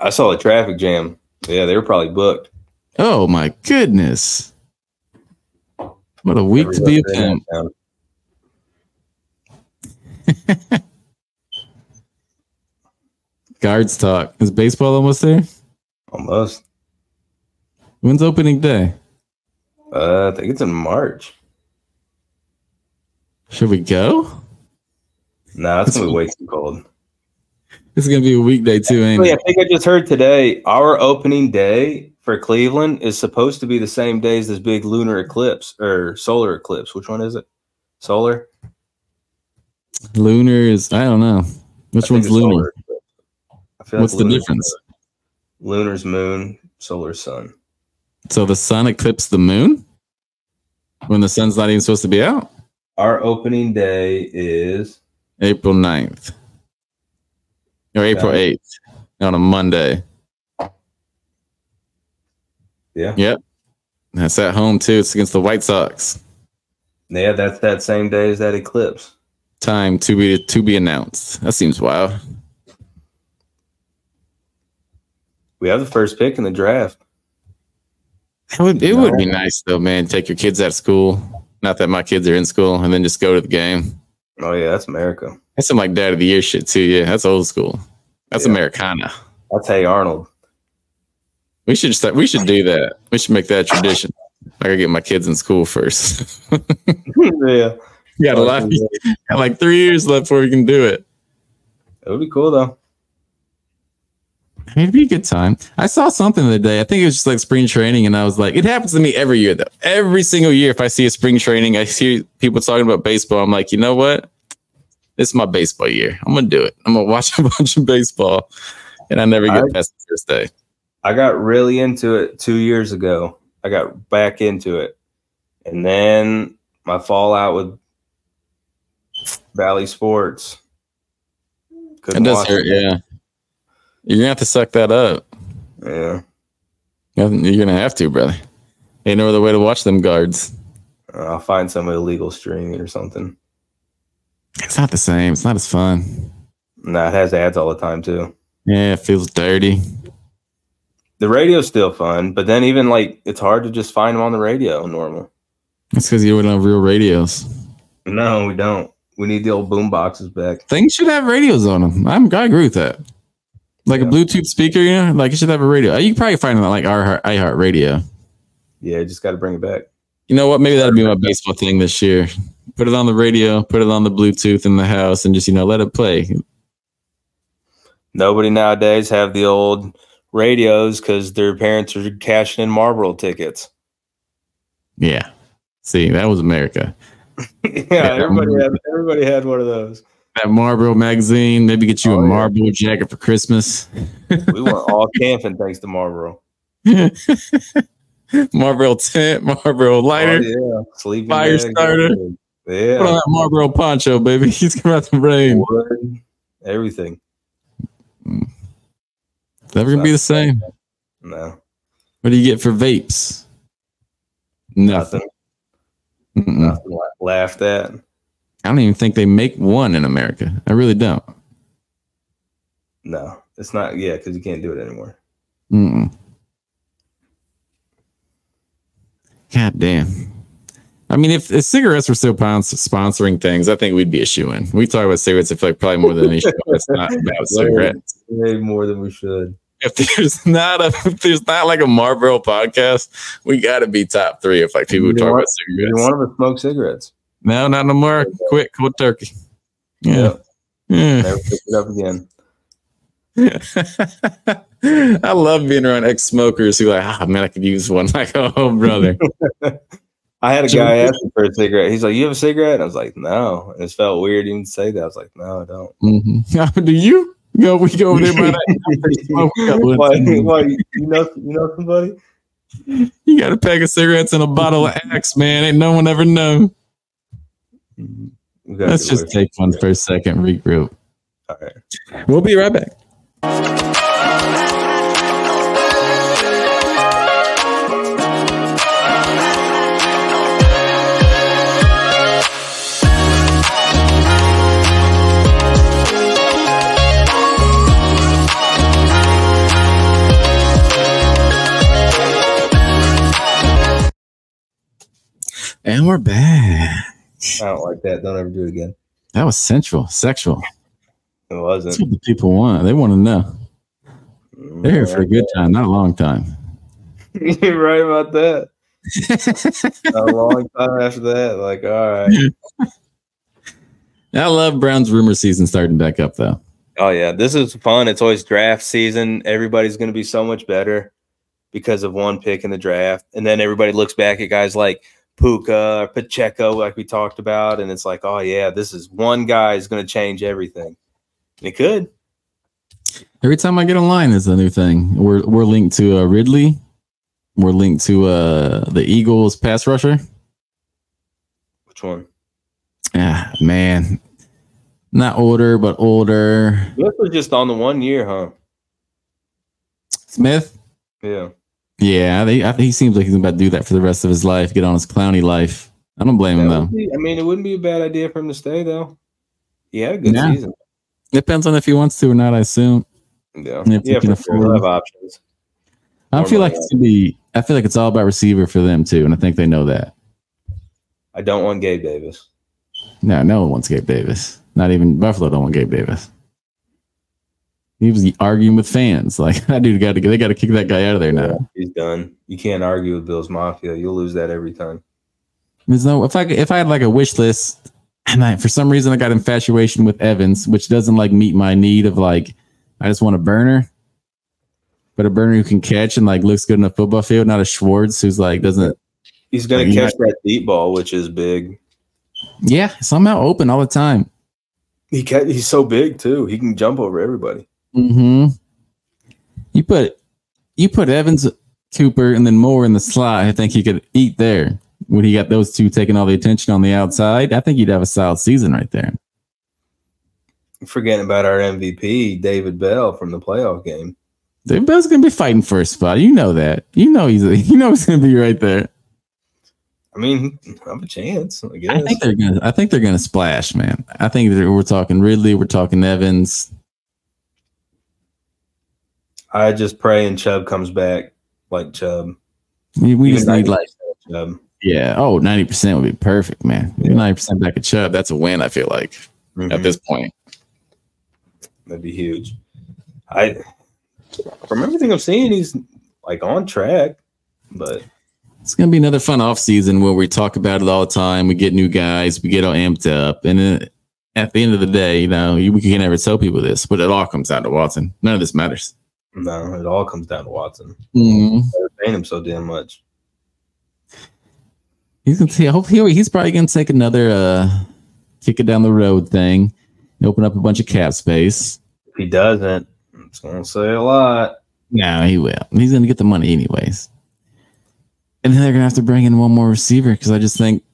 [SPEAKER 4] I saw a traffic jam. Yeah, they were probably booked.
[SPEAKER 3] Oh my goodness. What a week to be a
[SPEAKER 4] Everybody in
[SPEAKER 3] pimp.
[SPEAKER 4] that town.
[SPEAKER 3] Guards talk. Is baseball almost there?
[SPEAKER 4] Almost.
[SPEAKER 3] When's opening day?
[SPEAKER 4] Uh, I think it's in March.
[SPEAKER 3] Should we go?
[SPEAKER 4] Nah, it's gonna be way too cold.
[SPEAKER 3] It's gonna be a weekday too, ain't
[SPEAKER 4] Actually, I
[SPEAKER 3] it?
[SPEAKER 4] think I just heard today our opening day for Cleveland is supposed to be the same day as this big lunar eclipse or solar eclipse. Which one is it? Solar.
[SPEAKER 3] Lunar is I don't know.
[SPEAKER 4] I
[SPEAKER 3] Which
[SPEAKER 4] think
[SPEAKER 3] one's
[SPEAKER 4] it's
[SPEAKER 3] lunar?
[SPEAKER 4] solar eclipse. I feel like
[SPEAKER 3] What's the
[SPEAKER 4] lunar's
[SPEAKER 3] difference?
[SPEAKER 4] moon. Lunar's moon, solar sun.
[SPEAKER 3] So the sun eclipsed the moon when the sun's not even supposed to be out?
[SPEAKER 4] Our opening day is
[SPEAKER 3] April 9th. Or April
[SPEAKER 4] Yeah.
[SPEAKER 3] 8th on a Monday.
[SPEAKER 4] yeah,
[SPEAKER 3] Yep. That's at home too. It's against the White Sox.
[SPEAKER 4] yeah. That's that same day as that eclipse.
[SPEAKER 3] Time to be to be announced. That seems wild.
[SPEAKER 4] We have the first pick in the draft.
[SPEAKER 3] It would, it would be nice though, man. Take your kids out of school. Not that my kids are in school, and then just go to the game.
[SPEAKER 4] Oh yeah, that's America.
[SPEAKER 3] That's some like dad of the year shit too. Yeah, that's old school. That's
[SPEAKER 4] Yeah.
[SPEAKER 3] Americana.
[SPEAKER 4] That's Hey Arnold.
[SPEAKER 3] We should start, we should do that. We should make that a tradition. I gotta get my kids in school first.
[SPEAKER 4] yeah,
[SPEAKER 3] you got a lot. You got like three years left before you can do it.
[SPEAKER 4] It would be cool though.
[SPEAKER 3] It'd be a good time. I saw something the other day. I think it was just like spring training, and I was like, it happens to me every year though. Every single year, if I see a spring training, I hear people talking about baseball. I'm like, you know what? This is my baseball year. I'm gonna do it. I'm gonna watch a bunch of baseball, and I never get
[SPEAKER 4] I-
[SPEAKER 3] past the first day.
[SPEAKER 4] I got really into it two years ago. I got back into it, and then my fallout with Valley Sports.
[SPEAKER 3] It
[SPEAKER 4] Couldn't
[SPEAKER 3] does
[SPEAKER 4] watch
[SPEAKER 3] hurt. Yeah, you're gonna have to suck that up.
[SPEAKER 4] Yeah.
[SPEAKER 3] You're gonna have to, brother. Ain't no other way to watch them guards.
[SPEAKER 4] I'll find some illegal streaming or something.
[SPEAKER 3] It's not the same. It's not as fun.
[SPEAKER 4] Nah, it has ads all the time too.
[SPEAKER 3] Yeah, it feels dirty.
[SPEAKER 4] The radio's still fun, but then even like it's hard to just find them on the radio normal.
[SPEAKER 3] That's because you don't have real radios.
[SPEAKER 4] No, we don't. We need the old boom boxes back.
[SPEAKER 3] Things should have radios on them. I'm, I agree with that. Like a
[SPEAKER 4] Yeah.
[SPEAKER 3] Bluetooth speaker, you know, like it should have a radio. Uh, You can probably find it on like our iHeart Radio.
[SPEAKER 4] Yeah, just got to bring it back.
[SPEAKER 3] You know what? Maybe that'll be my baseball thing this year. Put it on the radio, put it on the Bluetooth in the house, and just you know let it play.
[SPEAKER 4] Nobody nowadays have the old radios because their parents are cashing in Marlboro tickets.
[SPEAKER 3] Yeah. See, that was America.
[SPEAKER 4] yeah, everybody had everybody had one of those.
[SPEAKER 3] That Marlboro magazine. Maybe get you
[SPEAKER 4] Oh,
[SPEAKER 3] a
[SPEAKER 4] yeah.
[SPEAKER 3] Marlboro jacket for Christmas.
[SPEAKER 4] We went all camping thanks to Marlboro.
[SPEAKER 3] Marlboro tent, Marlboro lighter.
[SPEAKER 4] Oh, yeah, sleeping
[SPEAKER 3] Fire
[SPEAKER 4] bag,
[SPEAKER 3] starter.
[SPEAKER 4] everything.
[SPEAKER 3] Put on
[SPEAKER 4] Yeah,
[SPEAKER 3] that Marlboro poncho, baby. He's coming out the rain.
[SPEAKER 4] wood, everything.
[SPEAKER 3] Never gonna be the same.
[SPEAKER 4] No,
[SPEAKER 3] What do you get for vapes? Nothing.
[SPEAKER 4] nothing,
[SPEAKER 3] Mm-mm.
[SPEAKER 4] nothing la- laughed at.
[SPEAKER 3] I don't even think they make one in America. I really don't.
[SPEAKER 4] No, it's not. Yeah, because you can't do it anymore.
[SPEAKER 3] Mm-mm. God damn. I mean, if, if cigarettes were still pon- sponsoring things, I think we'd be a shoe in. We talk about cigarettes, I feel like probably more than an issue. It's not about cigarettes.
[SPEAKER 4] Way more than we should.
[SPEAKER 3] If there's not a, if there's not like a Marlboro podcast, we got to be top three. If like people who
[SPEAKER 4] Neither
[SPEAKER 3] talk
[SPEAKER 4] one-
[SPEAKER 3] about
[SPEAKER 4] Neither
[SPEAKER 3] cigarettes,
[SPEAKER 4] one of us smoked cigarettes.
[SPEAKER 3] no, not no more. Quit, cold turkey. Yeah, yeah.
[SPEAKER 4] never picked it up again.
[SPEAKER 3] I love being around ex-smokers who like, ah, man, I could use one. Like, oh, brother.
[SPEAKER 4] I had a
[SPEAKER 3] Jim-
[SPEAKER 4] guy ask me for a cigarette. He's like, "You have a cigarette?" And I was like, "No." And it felt weird even to say that. I was like, "No, I don't."
[SPEAKER 3] Mhm. Do you? Go, we go over there by that. smoke that one.
[SPEAKER 4] why, why, you know, you know somebody?
[SPEAKER 3] You got a pack of cigarettes and a bottle of Axe, man. Ain't no one ever know.
[SPEAKER 4] We gotta
[SPEAKER 3] Let's
[SPEAKER 4] get
[SPEAKER 3] just
[SPEAKER 4] away
[SPEAKER 3] take one for a second, regroup.
[SPEAKER 4] from- All right.
[SPEAKER 3] We'll be right back. And we're back.
[SPEAKER 4] I don't like that. Don't ever do it again.
[SPEAKER 3] That was sensual, sexual.
[SPEAKER 4] It
[SPEAKER 3] That's
[SPEAKER 4] wasn't. Mm-hmm.
[SPEAKER 3] what the people want. They want to know. They're here for a good time, not a long time.
[SPEAKER 4] You're right about that. a long time after that, like, all right.
[SPEAKER 3] I love Browns rumor season starting back up though.
[SPEAKER 4] Oh yeah, this is fun. It's always draft season. Everybody's going to be so much better because of one pick in the draft, and then everybody looks back at guys like Puka or Pacheco, like we talked about, and it's like, oh yeah, this is one guy is going to change everything. And it could.
[SPEAKER 3] Every time I get online, there's a new thing. We're we're linked to uh, Ridley. We're linked to uh, the Eagles pass rusher.
[SPEAKER 4] Which one?
[SPEAKER 3] Ah, man, not older but older
[SPEAKER 4] This was just on the one year, huh?
[SPEAKER 3] Smith.
[SPEAKER 4] Yeah.
[SPEAKER 3] Yeah, they, I, think he seems like he's about to do that for the rest of his life. Get on his clowny life. I don't blame him
[SPEAKER 4] That
[SPEAKER 3] though.
[SPEAKER 4] would be- I mean, it wouldn't be a bad idea for him to stay though. He had a good
[SPEAKER 3] Yeah.
[SPEAKER 4] season.
[SPEAKER 3] Depends on if he wants to or not. I assume.
[SPEAKER 4] Yeah.
[SPEAKER 3] If he
[SPEAKER 4] Yeah,
[SPEAKER 3] can
[SPEAKER 4] for sure. They'll
[SPEAKER 3] afford it.
[SPEAKER 4] have options.
[SPEAKER 3] I
[SPEAKER 4] Or
[SPEAKER 3] feel like
[SPEAKER 4] running
[SPEAKER 3] it's gonna be. I feel like it's all about receiver for them too, and I think they know that.
[SPEAKER 4] I don't want Gabe Davis.
[SPEAKER 3] No, no one wants Gabe Davis. Not even Buffalo don't want Gabe Davis. He was arguing with fans. Like that dude got to they got to kick that guy out of there now.
[SPEAKER 4] He's done. You can't argue with Bills Mafia. You'll lose that every time.
[SPEAKER 3] There's no if I could- if I had like a wish list, and I, for some reason I got infatuation with Evans, which doesn't like meet my need of like I just want a burner, but a burner who can catch and like looks good in a football field, not a Schwartz who's like doesn't.
[SPEAKER 4] He's going
[SPEAKER 3] Like,
[SPEAKER 4] to
[SPEAKER 3] you
[SPEAKER 4] catch that deep ball, which is big.
[SPEAKER 3] Yeah, somehow open all the time.
[SPEAKER 4] He ca- he's so big too. He can jump over everybody.
[SPEAKER 3] Mm-hmm. You put you put Evans, Cooper, and then Moore in the slot. I think he could eat there when he got those two taking all the attention on the outside. I think he'd have a solid season right there.
[SPEAKER 4] Forgetting about our MVP, David Bell from the playoff game.
[SPEAKER 3] Dude, Bell's gonna be fighting for a spot. You know that. You know he's you know he's gonna be right there.
[SPEAKER 4] I mean, I have a chance. I guess.
[SPEAKER 3] I think they're gonna I think they're gonna splash, man. I think that we're talking Ridley, we're talking Evans.
[SPEAKER 4] I just pray and Chubb comes back like Chubb.
[SPEAKER 3] We we
[SPEAKER 4] Even
[SPEAKER 3] just
[SPEAKER 4] though
[SPEAKER 3] need
[SPEAKER 4] I
[SPEAKER 3] like
[SPEAKER 4] hate Chubb.
[SPEAKER 3] Yeah. Oh, 90% would be perfect, man. If you're 90% back at Chubb. That's a win, I feel like, at this point.
[SPEAKER 4] Mm-hmm. That'd be huge. I from everything I'm seeing, he's like on track, but
[SPEAKER 3] It's going to be another fun off season where we talk about it all the time. We get new guys, we get all amped up. And then at the end of the day, you know, you, we can never tell people this, but it all comes down to Watson. None of this matters.
[SPEAKER 4] no, it all comes down to Watson. They're paying him so damn much.
[SPEAKER 3] He's gonna take, I hope he, he's probably gonna take another uh kick it down the road thing and open up a bunch of cap space.
[SPEAKER 4] If he doesn't, it's gonna say a lot.
[SPEAKER 3] No, he will. He's gonna get the money anyways. And then they're gonna have to bring in one more receiver because I just think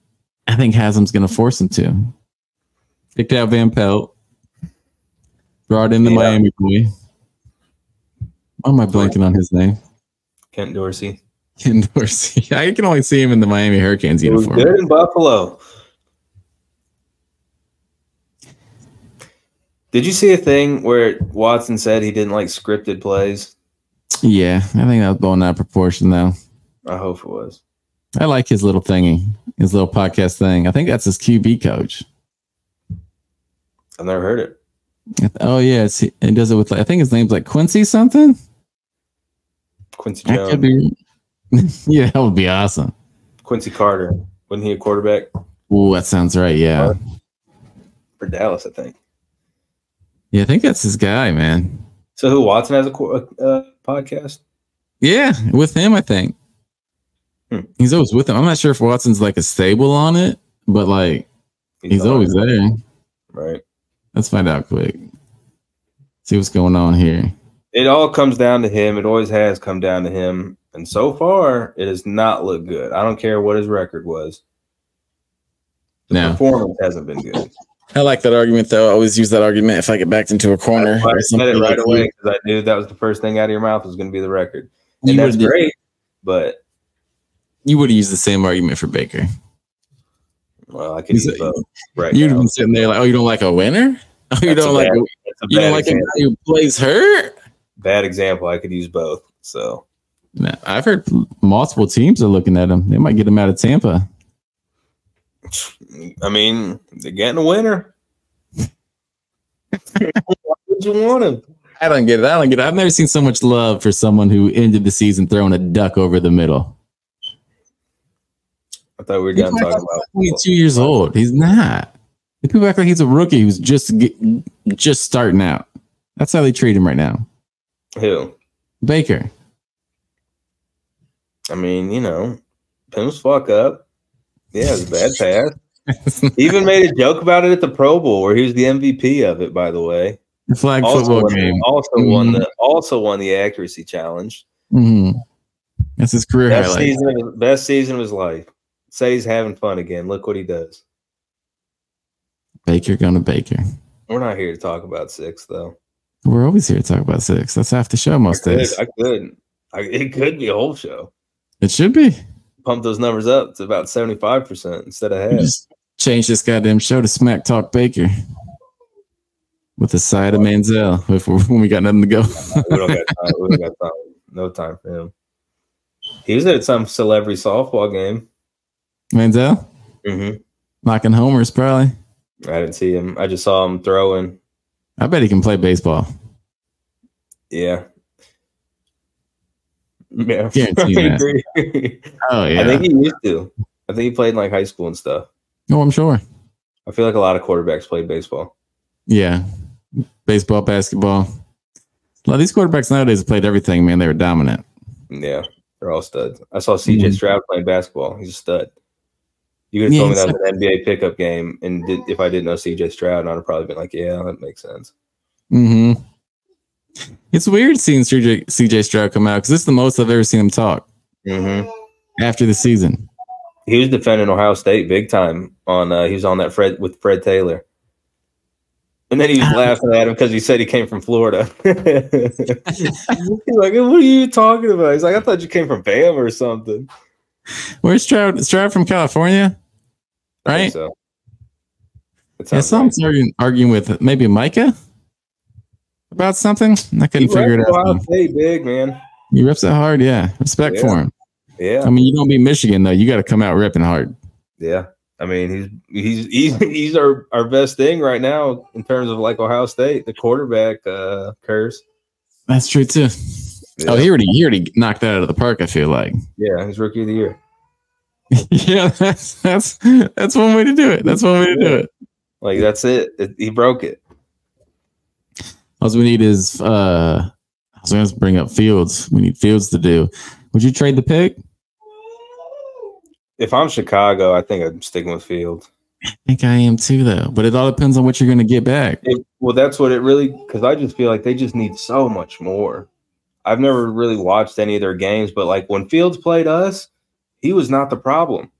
[SPEAKER 3] I think Haslam's gonna force him to. Picked out Van Pelt. Brought in the
[SPEAKER 4] Yeah.
[SPEAKER 3] Miami boy. Why am I blanking on his name?
[SPEAKER 4] Kent Dorsey.
[SPEAKER 3] Ken Dorsey. I can only see him in the Miami Hurricanes
[SPEAKER 4] He was
[SPEAKER 3] uniform.
[SPEAKER 4] good in Buffalo. Did you see a thing where Watson said he didn't like scripted plays?
[SPEAKER 3] Yeah, I think that was blown out of proportion though.
[SPEAKER 4] I hope it was.
[SPEAKER 3] I like his little thingy, his little podcast thing. I think that's his QB coach.
[SPEAKER 4] I've never heard it.
[SPEAKER 3] Oh yeah, it's, he does it with. Like, I think his name's like Quincy something.
[SPEAKER 4] Quincy
[SPEAKER 3] That
[SPEAKER 4] Jones,
[SPEAKER 3] could be. yeah, that would be awesome.
[SPEAKER 4] Quincy Carter. Wasn't he a quarterback
[SPEAKER 3] Ooh, that sounds right. Yeah,
[SPEAKER 4] for Dallas? I think.
[SPEAKER 3] yeah, I think that's his guy, man.
[SPEAKER 4] So who Watson has a qu- uh, podcast?
[SPEAKER 3] Yeah, with him, I think
[SPEAKER 4] Hmm.
[SPEAKER 3] he's always with him. I'm not sure if Watson's like a stable on it, but like he's
[SPEAKER 4] on it,
[SPEAKER 3] always there.
[SPEAKER 4] right.
[SPEAKER 3] Let's find out quick. See what's going on here.
[SPEAKER 4] It all comes down to him. It always has come down to him, and so far, it has not looked good. I don't care what his record was. The
[SPEAKER 3] No.
[SPEAKER 4] performance hasn't been good.
[SPEAKER 3] I like that argument though. I always use that argument if I get backed into a corner.
[SPEAKER 4] I said it right away because I knew that was the first thing out of your mouth was going to be the record, and that's great. But
[SPEAKER 3] you would have used the same argument for Baker.
[SPEAKER 4] well, I can
[SPEAKER 3] He's
[SPEAKER 4] use
[SPEAKER 3] a-
[SPEAKER 4] both right
[SPEAKER 3] You'd have
[SPEAKER 4] now.
[SPEAKER 3] been sitting there like, oh, you don't like a winner? Oh, you
[SPEAKER 4] That's a
[SPEAKER 3] don't like
[SPEAKER 4] bad-
[SPEAKER 3] a,
[SPEAKER 4] It's a
[SPEAKER 3] you
[SPEAKER 4] bad,
[SPEAKER 3] don't like a guy
[SPEAKER 4] example.
[SPEAKER 3] who plays hurt?
[SPEAKER 4] bad example. I could use both. So
[SPEAKER 3] No, I've heard multiple teams are looking at him. They might get him out of Tampa.
[SPEAKER 4] I mean, they're getting a winner. Why would you want him?
[SPEAKER 3] I don't get it. I don't get it. I've never seen so much love for someone who ended the season throwing a duck over the middle.
[SPEAKER 4] I thought we were done
[SPEAKER 3] People act
[SPEAKER 4] talking
[SPEAKER 3] like
[SPEAKER 4] about.
[SPEAKER 3] He's only two years old. He's not. The people act like he's a rookie who's just get, just starting out. That's how they treat him right now.
[SPEAKER 4] Who?
[SPEAKER 3] Baker.
[SPEAKER 4] I mean, you know, Pim's fuck up. Yeah, it was a bad pass. he even made a joke about it at the Pro Bowl where he was the MVP of it, by the way.
[SPEAKER 3] The flag
[SPEAKER 4] Also
[SPEAKER 3] football
[SPEAKER 4] won,
[SPEAKER 3] game. Mm-hmm.
[SPEAKER 4] also won the also won the accuracy challenge.
[SPEAKER 3] Mhm. That's his career
[SPEAKER 4] Best
[SPEAKER 3] highlight.
[SPEAKER 4] season of, best season of his life. Say he's having fun again. Look what he does.
[SPEAKER 3] Baker going to Baker.
[SPEAKER 4] We're not here to talk about six though.
[SPEAKER 3] We're always here to talk about six. That's half the show most
[SPEAKER 4] I could.
[SPEAKER 3] days.
[SPEAKER 4] I could. I, it could be a whole show.
[SPEAKER 3] It should be.
[SPEAKER 4] Pump those numbers up to about seventy five percent instead of half.
[SPEAKER 3] Just change this goddamn show to Smack Talk Baker with a side of Manziel if we when we got nothing to go.
[SPEAKER 4] we don't got time. We don't got time. No time for him. He was at some celebrity softball game.
[SPEAKER 3] Manziel
[SPEAKER 4] Mm-hmm.
[SPEAKER 3] knocking homers probably.
[SPEAKER 4] I didn't see him. I just saw him throwing.
[SPEAKER 3] I bet he can play baseball.
[SPEAKER 4] Yeah. Yeah,
[SPEAKER 3] Guarantee
[SPEAKER 4] I
[SPEAKER 3] that.
[SPEAKER 4] agree.
[SPEAKER 3] Oh
[SPEAKER 4] I
[SPEAKER 3] yeah.
[SPEAKER 4] think he used to. I think he played in like high school and stuff.
[SPEAKER 3] No, Oh, I'm sure.
[SPEAKER 4] I feel like a lot of quarterbacks played baseball.
[SPEAKER 3] Yeah. Baseball, basketball. A lot of these quarterbacks nowadays have played everything, man. They were dominant.
[SPEAKER 4] Yeah, they're all studs. I saw CJ
[SPEAKER 3] Mhm.
[SPEAKER 4] Stroud playing basketball. He's a stud. You could have
[SPEAKER 3] Yeah,
[SPEAKER 4] told me
[SPEAKER 3] he's
[SPEAKER 4] that was an NBA pickup game, and did, if I didn't know CJ Stroud, I'd have probably been like, "Yeah, that makes sense."
[SPEAKER 3] Mm-hmm. It's weird seeing CJ, CJ Stroud come out because this is the most I've ever seen him talk
[SPEAKER 4] Mm-hmm.
[SPEAKER 3] after the season.
[SPEAKER 4] he was defending Ohio State big time on uh, he was on that Fred with Fred Taylor. And then he was laughing at him because he said he came from Florida. He's like, what are you talking about? He's like, I thought you came from Bama or something.
[SPEAKER 3] Where's Stroud? Stroud from California,
[SPEAKER 4] I think
[SPEAKER 3] right?
[SPEAKER 4] So. It
[SPEAKER 3] Yeah,
[SPEAKER 4] sounds
[SPEAKER 3] someone's arguing, arguing with maybe Micah about something. I couldn't
[SPEAKER 4] right.
[SPEAKER 3] figure it
[SPEAKER 4] Ohio
[SPEAKER 3] out.
[SPEAKER 4] State big, man.
[SPEAKER 3] He reps it hard. Yeah, respect
[SPEAKER 4] Yeah.
[SPEAKER 3] for him.
[SPEAKER 4] Yeah,
[SPEAKER 3] I mean, you don't beat Michigan though. You got to come out ripping hard.
[SPEAKER 4] yeah. I mean, he's he's he's, he's our, our best thing right now in terms of like Ohio State, the quarterback uh, curse.
[SPEAKER 3] That's true too. Oh, he already he already knocked that out of the park. I feel like.
[SPEAKER 4] Yeah, he's rookie of the year.
[SPEAKER 3] yeah, that's that's that's one way to do it. That's one way to do it.
[SPEAKER 4] Like that's it. It- he broke it.
[SPEAKER 3] All we need is uh, I was going to bring up Fields. We need Fields to do. Would you trade the pick? I
[SPEAKER 4] If I'm Chicago, I think I'm sticking with Fields.
[SPEAKER 3] think I am too, though. But it all depends on what you're going to get back.
[SPEAKER 4] It, well, that's what it really because I just feel like they just need so much more. I've never really watched any of their games, but like when Fields played us, he was not the problem.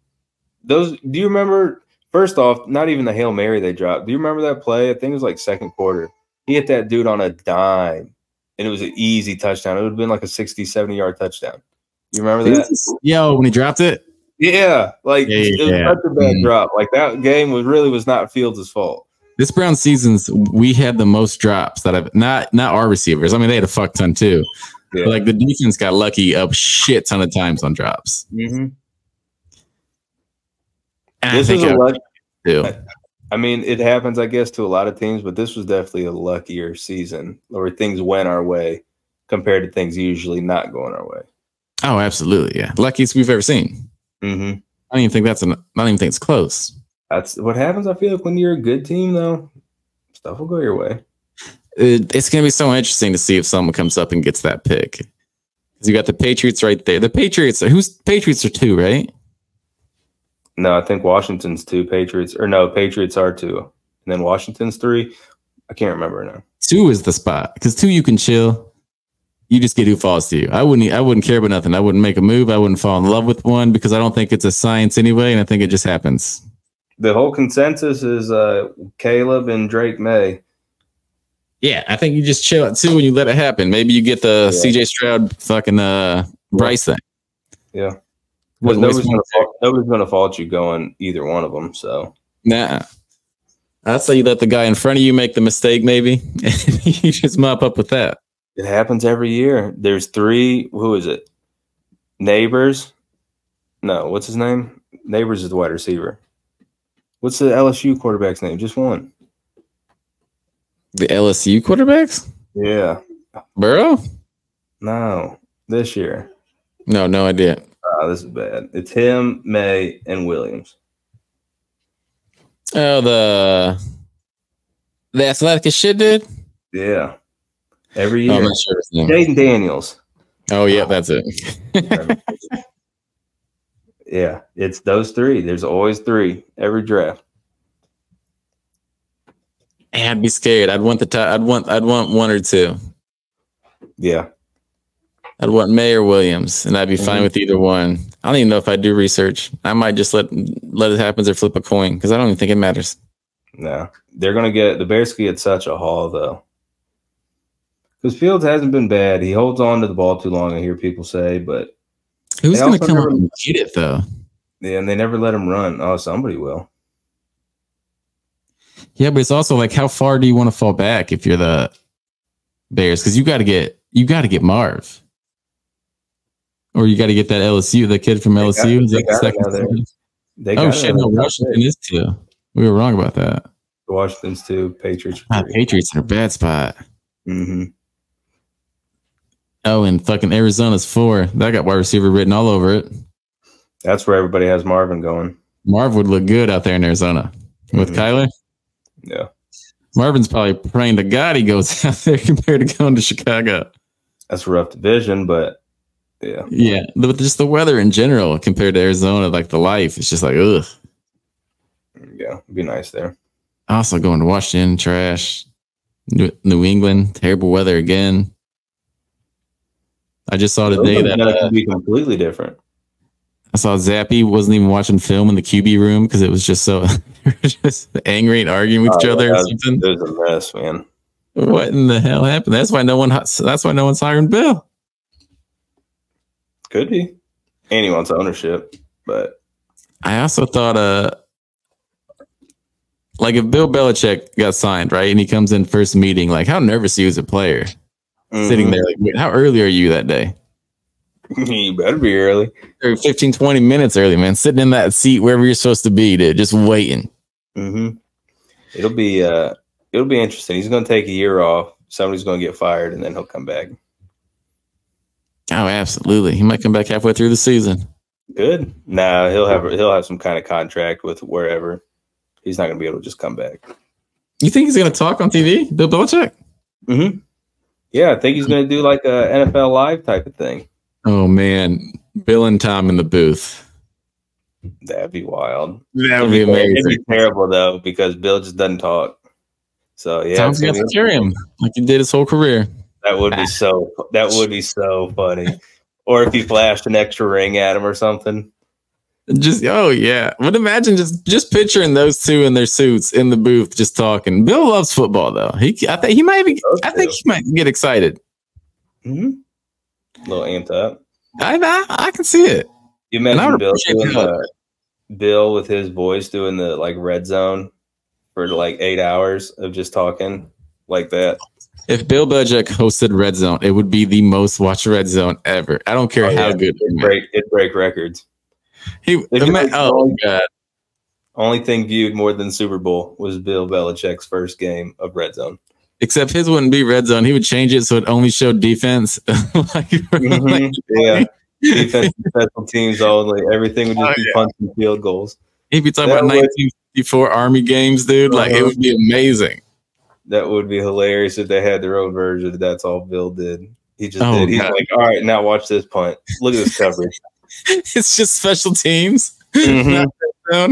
[SPEAKER 4] Those do you remember? First off, not even the hail mary they dropped. Do you remember that play? I think it was like second quarter. He hit that dude on a dime, and it was an easy touchdown. It would have been like a 60, 70 yard touchdown. You remember that?
[SPEAKER 3] Yo, when he dropped it,
[SPEAKER 4] Yeah, like
[SPEAKER 3] Yeah,
[SPEAKER 4] it was
[SPEAKER 3] yeah.
[SPEAKER 4] such a bad
[SPEAKER 3] Mhm.
[SPEAKER 4] drop. Like that game was really was not Fields' fault.
[SPEAKER 3] this Brown season's we had the most drops that I've not not our receivers. I mean, they had a fuck ton too.
[SPEAKER 4] Yeah.
[SPEAKER 3] But like the defense got lucky a shit ton of times on drops. And
[SPEAKER 4] This
[SPEAKER 3] I
[SPEAKER 4] is
[SPEAKER 3] think
[SPEAKER 4] a
[SPEAKER 3] I
[SPEAKER 4] luck.
[SPEAKER 3] do.
[SPEAKER 4] I mean, it happens, I guess, to a lot of teams, but this was definitely a luckier season where things went our way compared to things usually not going our way.
[SPEAKER 3] Oh, absolutely, yeah, luckiest we've ever seen.
[SPEAKER 4] Mm-hmm.
[SPEAKER 3] I don't even think that's an. I don't even think it's close.
[SPEAKER 4] That's what happens. I feel like when you're a good team, though, stuff will go your way.
[SPEAKER 3] It, it's going to be so interesting to see if someone comes up and gets that pick. 'Cause You got the Patriots right there. The Patriots, who's Patriots are two, right?
[SPEAKER 4] No, I think Washington's two Patriots, or no, Patriots are two, and then Washington's three. I can't remember now.
[SPEAKER 3] Two is the spot because two you can chill. You just get who falls to you. I wouldn't. e, I wouldn't care about nothing. I wouldn't make a move. I wouldn't fall in love with one because I don't think it's a science anyway, and I think it just happens.
[SPEAKER 4] The whole consensus is uh, Caleb and Drake May.
[SPEAKER 3] Yeah, I think you just chill out too when you let it happen. Maybe you get the
[SPEAKER 4] Yeah.
[SPEAKER 3] CJ Stroud fucking uh, Bryce thing.
[SPEAKER 4] Yeah. Because
[SPEAKER 3] Wouldn't
[SPEAKER 4] nobody's
[SPEAKER 3] waste one
[SPEAKER 4] gonna, fault, nobody's gonna fault you going either one of them. So
[SPEAKER 3] Nah. I'd say you let the guy in front of you make the mistake, maybe, and you just mop up with that.
[SPEAKER 4] it happens every year. There's three. Who is it? Neighbors. No, what's his name? Neighbors is the wide receiver. What's the LSU quarterback's name? Just one.
[SPEAKER 3] The LSU quarterbacks?
[SPEAKER 4] Yeah.
[SPEAKER 3] Burrow?
[SPEAKER 4] No. This year.
[SPEAKER 3] No, no idea.
[SPEAKER 4] Oh, this is bad. It's him, May, and Williams.
[SPEAKER 3] Oh, the the athletic as shit dude.
[SPEAKER 4] Yeah. Every
[SPEAKER 3] Oh, I'm
[SPEAKER 4] year.
[SPEAKER 3] not sure his name.
[SPEAKER 4] Jaden Daniels.
[SPEAKER 3] Oh, yeah, that's it.
[SPEAKER 4] yeah, it's those three. There's always three every draft.
[SPEAKER 3] Man, I'd be scared. I'd want the top. I'd want. I'd want one or two.
[SPEAKER 4] Yeah.
[SPEAKER 3] I'd want May or Williams, and I'd be
[SPEAKER 4] Mm-hmm.
[SPEAKER 3] fine with either one. I don't even know if I do research. I might just let let it happen or flip a coin because I don't even think it matters.
[SPEAKER 4] No, they're gonna get the Bears could get such a haul though, because Fields hasn't been bad. He holds on to the ball too long. I hear people say, but
[SPEAKER 3] Who's
[SPEAKER 4] They
[SPEAKER 3] going to
[SPEAKER 4] also
[SPEAKER 3] come
[SPEAKER 4] never-
[SPEAKER 3] up and get it though?
[SPEAKER 4] yeah, and they never let him run. Oh, somebody will.
[SPEAKER 3] Yeah, but it's also like how far do you want to fall back if you're the Bears? Because you got to get you got to get Marv, or you got to get that LSU, the kid from
[SPEAKER 4] They got-
[SPEAKER 3] LSU. is
[SPEAKER 4] they
[SPEAKER 3] that the
[SPEAKER 4] got
[SPEAKER 3] second
[SPEAKER 4] another-
[SPEAKER 3] seed?
[SPEAKER 4] They
[SPEAKER 3] oh
[SPEAKER 4] got
[SPEAKER 3] shit, no,
[SPEAKER 4] another top
[SPEAKER 3] Washington
[SPEAKER 4] pick.
[SPEAKER 3] is too. We were wrong about that.
[SPEAKER 4] Washington's two, Patriots.
[SPEAKER 3] Ah, Patriots in a bad spot.
[SPEAKER 4] Mm-hmm.
[SPEAKER 3] Oh, and fucking Arizona's four. That got wide receiver written all over it.
[SPEAKER 4] That's where everybody has Marvin going.
[SPEAKER 3] Marv would look good out there in Arizona with
[SPEAKER 4] Mhm.
[SPEAKER 3] Kyler.
[SPEAKER 4] Yeah.
[SPEAKER 3] Marvin's probably praying to God he goes out there compared to going to Chicago.
[SPEAKER 4] That's a rough division, but yeah,
[SPEAKER 3] Yeah, but just the weather in general compared to Arizona, like the life, it's just like ugh.
[SPEAKER 4] yeah, it'd be nice there.
[SPEAKER 3] Also going to Washington, trash. New, New England, terrible weather again. I just saw today
[SPEAKER 4] Oakland's
[SPEAKER 3] that
[SPEAKER 4] gonna
[SPEAKER 3] uh,
[SPEAKER 4] be completely different.
[SPEAKER 3] I saw Zappy wasn't even watching film in the QB room because it was just so they were just angry and arguing with each
[SPEAKER 4] Oh,
[SPEAKER 3] other or
[SPEAKER 4] yeah.
[SPEAKER 3] something.
[SPEAKER 4] It was a mess, man.
[SPEAKER 3] What in the hell happened? That's why no one. That's why no one's hiring Bill.
[SPEAKER 4] Could be anyone's ownership, but
[SPEAKER 3] I also thought, uh, like if Bill Belichick got signed, right, and he comes in first meeting, like how nervous he was a player sitting
[SPEAKER 4] Mhm.
[SPEAKER 3] there, like wait, how early are you that day?
[SPEAKER 4] you better be early.
[SPEAKER 3] Or 15, 20 minutes early, man. Sitting in that seat wherever you're supposed to be, dude, just waiting.
[SPEAKER 4] hmm
[SPEAKER 3] Mm-hmm.
[SPEAKER 4] It'll be uh, it'll be interesting. He's going to take a year off. Somebody's going to get fired, and then he'll come back.
[SPEAKER 3] Oh, absolutely. He might come back halfway through the season.
[SPEAKER 4] Good. Nah, he'll have he'll have some kind of contract with wherever. He's not going to be able to just come back.
[SPEAKER 3] You think he's going to talk on TV, Bill Belichick?
[SPEAKER 4] hmm Yeah, I think he's going to do like a NFL Live type of thing.
[SPEAKER 3] Oh, man. Bill and Tom in the booth.
[SPEAKER 4] That'd be wild.
[SPEAKER 3] That would
[SPEAKER 4] It'd
[SPEAKER 3] be
[SPEAKER 4] ter-
[SPEAKER 3] amazing.
[SPEAKER 4] It'd be terrible though because Bill just doesn't talk. So yeah,
[SPEAKER 3] Tom's
[SPEAKER 4] it's
[SPEAKER 3] going
[SPEAKER 4] gonna
[SPEAKER 3] to
[SPEAKER 4] be-
[SPEAKER 3] carry him like he did his whole career.
[SPEAKER 4] that would be so. That would be so funny. Or if he flashed an extra ring at him or something.
[SPEAKER 3] Just oh yeah, but imagine just just picturing those two in their suits in the booth just talking. Bill loves football though. He I think he might be, I think he might get excited.
[SPEAKER 4] Mm-hmm. A little amped up.
[SPEAKER 3] I I, I can see it.
[SPEAKER 4] You
[SPEAKER 3] I
[SPEAKER 4] imagine
[SPEAKER 3] would
[SPEAKER 4] Bill
[SPEAKER 3] appreciate
[SPEAKER 4] doing
[SPEAKER 3] that.
[SPEAKER 4] the, Bill with his boys doing the like red zone for like eight hours of just talking like that.
[SPEAKER 3] If Bill Belichick hosted Red Zone, it would be the most watched Red Zone ever. I don't care
[SPEAKER 4] Oh,
[SPEAKER 3] how
[SPEAKER 4] yeah.
[SPEAKER 3] good.
[SPEAKER 4] It'd break it break records.
[SPEAKER 3] He,
[SPEAKER 4] be
[SPEAKER 3] ima-
[SPEAKER 4] like-
[SPEAKER 3] oh god,
[SPEAKER 4] Only thing viewed more than Super Bowl was Bill Belichick's first game of red zone.
[SPEAKER 3] except his wouldn't be Red Zone. He would change it so it only showed defense. like, like,
[SPEAKER 4] Mhm. yeah. Defense and special teams only. Everything would just
[SPEAKER 3] Oh,
[SPEAKER 4] be punts and field goals.
[SPEAKER 3] he'd be talking
[SPEAKER 4] That
[SPEAKER 3] about
[SPEAKER 4] would-
[SPEAKER 3] 1954 Army games, dude. Like it
[SPEAKER 4] Uh-huh.
[SPEAKER 3] would be amazing.
[SPEAKER 4] That would be hilarious if they had their own version. That's all Bill did. He just
[SPEAKER 3] Oh,
[SPEAKER 4] did. He's
[SPEAKER 3] God.
[SPEAKER 4] like, all right, now watch this punt. Look at this coverage.
[SPEAKER 3] it's just special teams.
[SPEAKER 4] Mhm.
[SPEAKER 3] Not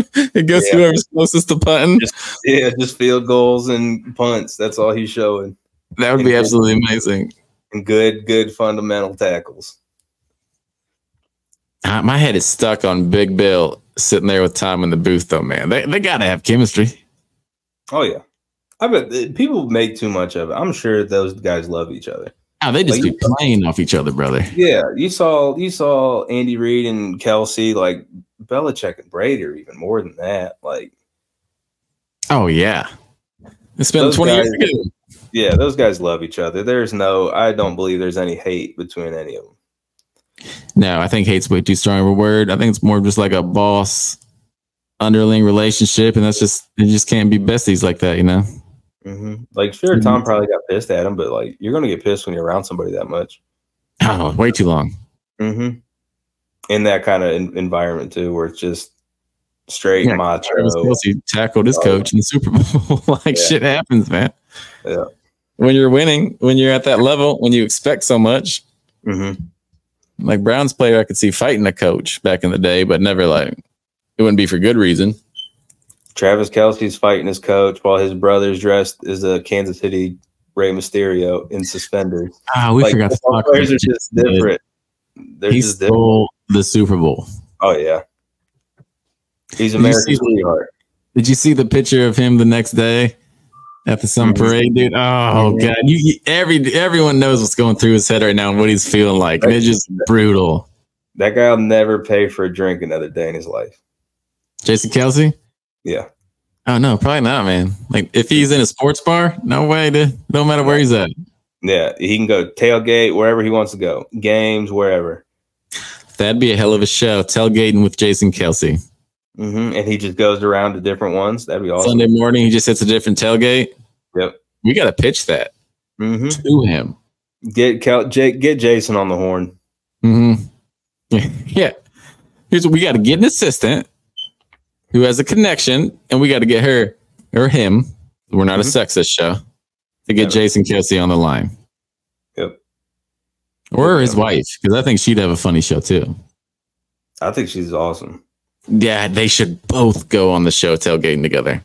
[SPEAKER 3] touchdown. It goes
[SPEAKER 4] Yeah.
[SPEAKER 3] whoever's closest to punting.
[SPEAKER 4] yeah, just field goals and punts. That's all he's showing.
[SPEAKER 3] That would be
[SPEAKER 4] mm-hmm.
[SPEAKER 3] absolutely amazing.
[SPEAKER 4] And good, good fundamental tackles.
[SPEAKER 3] Uh, my head is stuck on Big Bill sitting there with Tom in the booth, though, man. They, they got to have chemistry.
[SPEAKER 4] Oh yeah, I bet th- people make too much of it. I'm sure those guys love each other.
[SPEAKER 3] Oh, they just
[SPEAKER 4] Like-
[SPEAKER 3] be playing off each other, brother.
[SPEAKER 4] Yeah, you saw you saw Andy Reid and Kelsey like Belichick and Brady are even more than that. Like
[SPEAKER 3] Oh, yeah. It's been
[SPEAKER 4] Those
[SPEAKER 3] 20 years
[SPEAKER 4] guys-
[SPEAKER 3] ago.
[SPEAKER 4] Yeah, those guys love each other. There's no, I don't believe there's any hate between any of them.
[SPEAKER 3] No, I think hate's way too strong of a word. I think it's more just like a boss underling relationship. And that's just, it just can't be besties like that, you know?
[SPEAKER 4] hmm Like, sure, Tom probably got pissed at him, but like, you're gonna get pissed when you're around somebody that much.
[SPEAKER 3] Oh, way too long.
[SPEAKER 4] hmm In that kind of en- environment too, where it's just straight
[SPEAKER 3] Yeah,
[SPEAKER 4] macho.
[SPEAKER 3] Travis Kelsey tackled his coach in the Super Bowl. like
[SPEAKER 4] uh, Yeah.
[SPEAKER 3] shit happens, man.
[SPEAKER 4] Yeah.
[SPEAKER 3] When you're winning, when you're at that level, when you expect so much,
[SPEAKER 4] Mhm.
[SPEAKER 3] like Browns player, I could see fighting a coach back in the day, but never like it wouldn't be for good reason.
[SPEAKER 4] Travis Kelsey's fighting his coach while his brother's dressed as a Kansas City Rey Mysterio in suspenders.
[SPEAKER 3] Ah, we
[SPEAKER 4] like,
[SPEAKER 3] forgot to
[SPEAKER 4] football
[SPEAKER 3] talk.
[SPEAKER 4] players are
[SPEAKER 3] about
[SPEAKER 4] just
[SPEAKER 3] Jason Kidd.
[SPEAKER 4] different. They're
[SPEAKER 3] He
[SPEAKER 4] just different.
[SPEAKER 3] stole the Super Bowl.
[SPEAKER 4] Oh yeah, he's
[SPEAKER 3] see-
[SPEAKER 4] America's sweetheart.
[SPEAKER 3] Did you see the picture of him the next day at the Sun
[SPEAKER 4] Mhm.
[SPEAKER 3] Parade, dude? Oh
[SPEAKER 4] Yeah.
[SPEAKER 3] god, you, you every everyone knows what's going through his head right now and what he's feeling like. And it's just brutal.
[SPEAKER 4] That guy will never pay for a drink another day in his life.
[SPEAKER 3] Jason Kelsey.
[SPEAKER 4] Yeah.
[SPEAKER 3] Oh no, probably not, man. Like if he's in a sports bar, no way, dude. No matter where he's at.
[SPEAKER 4] Yeah. He can go tailgate wherever he wants to go, games, wherever.
[SPEAKER 3] That'd be a hell of a show. Tailgating with Jason Kelsey.
[SPEAKER 4] hmm And he just goes around to different ones. That'd be awesome.
[SPEAKER 3] Sunday morning, he just hits a different tailgate.
[SPEAKER 4] Yep.
[SPEAKER 3] We gotta pitch that
[SPEAKER 4] hmm
[SPEAKER 3] to him.
[SPEAKER 4] Get Cal- Jake, get Jason on the horn.
[SPEAKER 3] hmm yeah. Here's what we gotta get an assistant who has a connection, and we gotta get her or him. We're not
[SPEAKER 4] Mhm.
[SPEAKER 3] a sexist show. To get
[SPEAKER 4] Never.
[SPEAKER 3] Jason Kelsey on the line.
[SPEAKER 4] Yep.
[SPEAKER 3] Or his
[SPEAKER 4] Never.
[SPEAKER 3] wife, because I think she'd have a funny show too.
[SPEAKER 4] I think she's awesome.
[SPEAKER 3] Yeah, they should both go on the show tailgating together.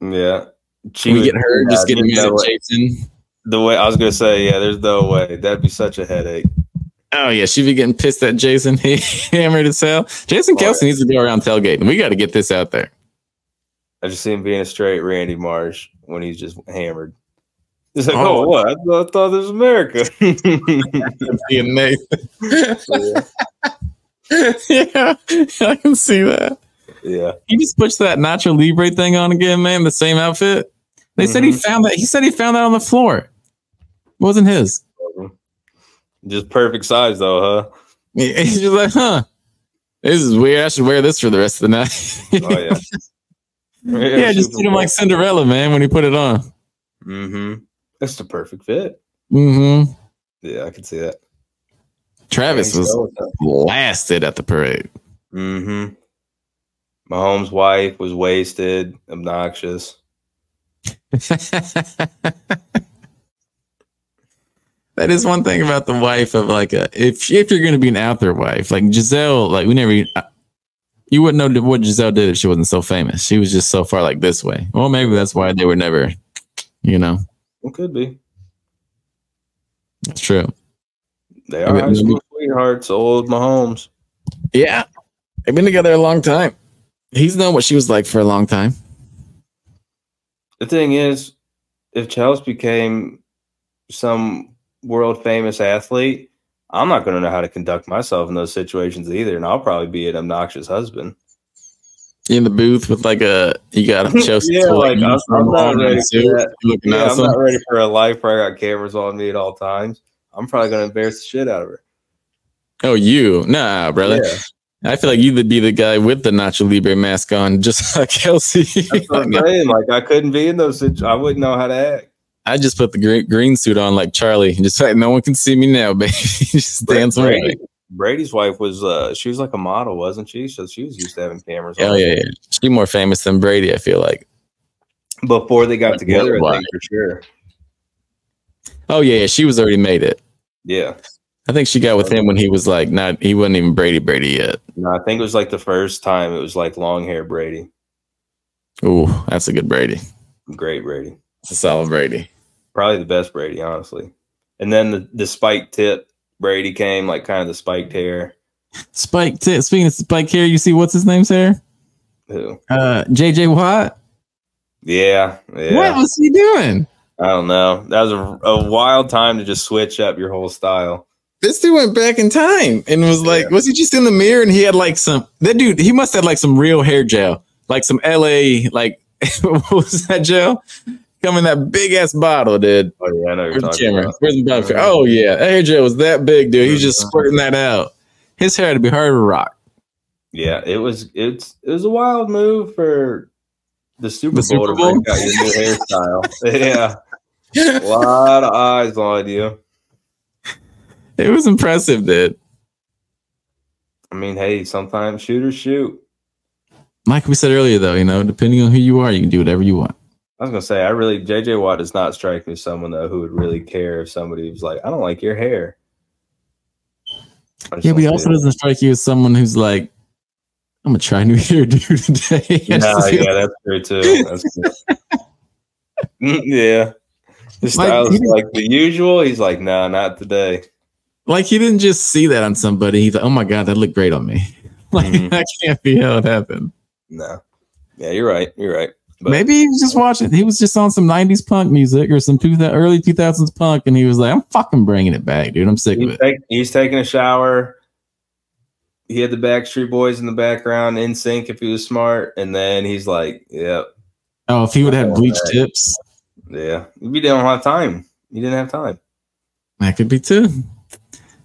[SPEAKER 4] Yeah. She
[SPEAKER 3] Can
[SPEAKER 4] uh,
[SPEAKER 3] we
[SPEAKER 4] would-
[SPEAKER 3] get her
[SPEAKER 4] yeah,
[SPEAKER 3] just get
[SPEAKER 4] there's
[SPEAKER 3] mad
[SPEAKER 4] no
[SPEAKER 3] at
[SPEAKER 4] way-
[SPEAKER 3] Jason?
[SPEAKER 4] The way I was going to say, yeah, there's no way. That'd be such a headache.
[SPEAKER 3] Oh yeah, she'd be getting pissed at Jason. He hammered his hell. Jason
[SPEAKER 4] Oh, yeah.
[SPEAKER 3] Kelsey needs to go around tailgating. We got to get this out there.
[SPEAKER 4] I just see him being a straight Randy Marsh when he's just hammered. He's like,
[SPEAKER 3] Oh.
[SPEAKER 4] oh, what? I thought, I thought this was America.
[SPEAKER 3] That'd be amazing. yeah, I can see that.
[SPEAKER 4] yeah.
[SPEAKER 3] He just pushed that Nacho Libre thing on again, man. The same outfit. They said he found that. He said he found that on the floor. It wasn't his.
[SPEAKER 4] Just perfect size though, huh?
[SPEAKER 3] He's just like, huh? This is weird. I should wear this for the rest of the night.
[SPEAKER 4] Oh yeah.
[SPEAKER 3] yeah, just did him like Cinderella, man. When he put it on.
[SPEAKER 4] Mm-hmm. That's the perfect fit.
[SPEAKER 3] Mm-hmm.
[SPEAKER 4] Yeah, I can see that.
[SPEAKER 3] Travis was blasted at the parade.
[SPEAKER 4] Mm-hmm. Mahomes' wife was wasted, obnoxious.
[SPEAKER 3] That is one thing about the wife of like a if if you're gonna be an out there wife like Giselle like we never uh, you wouldn't know what Giselle did if she wasn't so famous she was just so far like this way well maybe that's why they were never you know
[SPEAKER 4] Well, could be.
[SPEAKER 3] it's true
[SPEAKER 4] They are
[SPEAKER 3] bet
[SPEAKER 4] high school sweethearts, old Mahomes.
[SPEAKER 3] yeah they've been together a long time he's known what she was like for a long time
[SPEAKER 4] The thing is, if Chelsea became some world famous athlete, I'm not going to know how to conduct myself in those situations either, and I'll probably be an obnoxious husband.
[SPEAKER 3] in the booth with like a you got a Chelsea
[SPEAKER 4] Yeah,
[SPEAKER 3] toy,
[SPEAKER 4] like,
[SPEAKER 3] you
[SPEAKER 4] I'm- I'm not
[SPEAKER 3] on,
[SPEAKER 4] ready for
[SPEAKER 3] suit,
[SPEAKER 4] that.
[SPEAKER 3] looking
[SPEAKER 4] Yeah,
[SPEAKER 3] awesome.
[SPEAKER 4] I'm not ready for a life where I got cameras on me at all times. I'm probably going to embarrass the shit out of her.
[SPEAKER 3] oh you nah brother
[SPEAKER 4] Yeah.
[SPEAKER 3] I feel like you'd be the guy with the Nacho Libre mask on just like Kelsey
[SPEAKER 4] That's what I'm saying. Like I couldn't be in those situations. I wouldn't know how to act.
[SPEAKER 3] I just put the green, green suit on like Charlie and just like no one can see me now, baby. just dance
[SPEAKER 4] Brady-
[SPEAKER 3] away.
[SPEAKER 4] Brady's wife was uh she was like a model, wasn't she? So she was used to having cameras
[SPEAKER 3] Oh
[SPEAKER 4] on.
[SPEAKER 3] yeah, yeah. She more famous than Brady, I feel like.
[SPEAKER 4] Before they got together, I
[SPEAKER 3] Worldwide.
[SPEAKER 4] think for sure.
[SPEAKER 3] Oh yeah, yeah, she was already made it.
[SPEAKER 4] Yeah.
[SPEAKER 3] I think she got with him when he was like not he wasn't even Brady Brady yet.
[SPEAKER 4] No, I think it was like the first time it was like long hair Brady.
[SPEAKER 3] Ooh, that's a good Brady.
[SPEAKER 4] Great Brady.
[SPEAKER 3] That's a solid Brady.
[SPEAKER 4] Probably the best Brady, honestly. And then the, the spiked tip Brady came, like kind of the spiked hair.
[SPEAKER 3] Spike t- speaking of Spike here, you see what's his name's hair?
[SPEAKER 4] Who?
[SPEAKER 3] Uh JJ Watt.
[SPEAKER 4] Yeah. Yeah.
[SPEAKER 3] What was he doing?
[SPEAKER 4] I don't know. That was a, a wild time to just switch up your whole style.
[SPEAKER 3] This dude went back in time and was like,
[SPEAKER 4] Yeah.
[SPEAKER 3] was he just in the mirror and he had like some that dude, he must have like some real hair gel. Like some LA, like what was that gel? Come in that big ass bottle, dude.
[SPEAKER 4] Oh yeah, I know
[SPEAKER 3] Where's
[SPEAKER 4] what you're
[SPEAKER 3] the
[SPEAKER 4] talking
[SPEAKER 3] camera?
[SPEAKER 4] about.
[SPEAKER 3] Where's the bottle? Oh yeah. That hair gel was that big, dude. He's just squirting that out. His hair had to be hard to rock.
[SPEAKER 4] Yeah, it was it's it was a wild move for the Super
[SPEAKER 3] The Super
[SPEAKER 4] Bowl to
[SPEAKER 3] Bowl?
[SPEAKER 4] break out your new hairstyle. yeah. A lot of eyes on you.
[SPEAKER 3] It was impressive, dude.
[SPEAKER 4] I mean, hey, sometimes shooters shoot.
[SPEAKER 3] Like we said earlier though, you know, depending on who you are, you can do whatever you want.
[SPEAKER 4] I was gonna say, I really JJ Watt does not strike me as someone though who would really care if somebody was like, I don't like your hair. I just
[SPEAKER 3] Yeah, but he
[SPEAKER 4] don't
[SPEAKER 3] also
[SPEAKER 4] see it.
[SPEAKER 3] doesn't strike you as someone who's like, I'm gonna try new hair dude today.
[SPEAKER 4] Nah, yeah, that's true too. That's true. Mm, yeah. His
[SPEAKER 3] Like,
[SPEAKER 4] style is
[SPEAKER 3] he-
[SPEAKER 4] like the usual. He's like, nah, not today.
[SPEAKER 3] like he didn't just see that on somebody. He's like, oh my god, that looked great on me. Like
[SPEAKER 4] Mhm.
[SPEAKER 3] that can't be how it happened.
[SPEAKER 4] No. Yeah, you're right. You're right. But-
[SPEAKER 3] Maybe he was just watching. He was just on some '90s punk music or some two, early 2000s punk, and he was like, "I'm fucking bringing it back, dude. I'm sick of
[SPEAKER 4] He's,
[SPEAKER 3] it."
[SPEAKER 4] take- he's taking a shower. He had the Backstreet Boys in the background in sync if he was smart, and then he's like, "Yep,
[SPEAKER 3] Oh, if he would have bleached tips,
[SPEAKER 4] yeah, you don't have time. You didn't have time."
[SPEAKER 3] that could be too.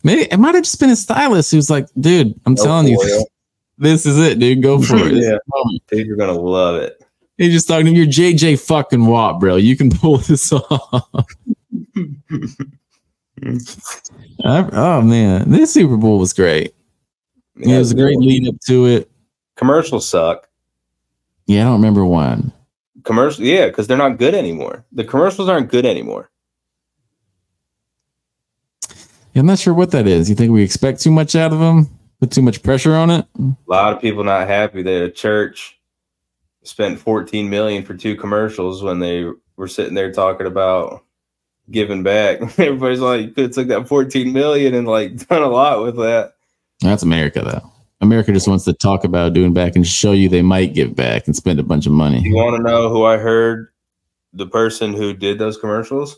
[SPEAKER 3] Maybe it might have just been a stylist who's like, "Dude, I'm
[SPEAKER 4] No
[SPEAKER 3] telling you,
[SPEAKER 4] foil.
[SPEAKER 3] this is it, dude. Go for it." This is
[SPEAKER 4] Yeah.
[SPEAKER 3] the moment.
[SPEAKER 4] Dude, you're gonna love it.
[SPEAKER 3] He just talking to him, you're JJ fucking Watt, bro. You can pull this off. I- oh man, this Super Bowl was great. it was a great lead up to it.
[SPEAKER 4] Commercials suck.
[SPEAKER 3] Yeah, I don't remember one.
[SPEAKER 4] Commercial, yeah, because they're not good anymore. The commercials aren't good anymore.
[SPEAKER 3] I'm not sure what that is. You think we expect too much out of them? Put too much pressure on it?
[SPEAKER 4] A lot of people not happy that a church spent 14 million for two commercials when they were sitting there talking about giving back. Everybody's like, you could have took that 14 million and like done a lot with that.
[SPEAKER 3] That's America though. America just wants to talk about doing back and show you they might give back and spend a bunch of money.
[SPEAKER 4] You want to know who I heard the person who did those commercials?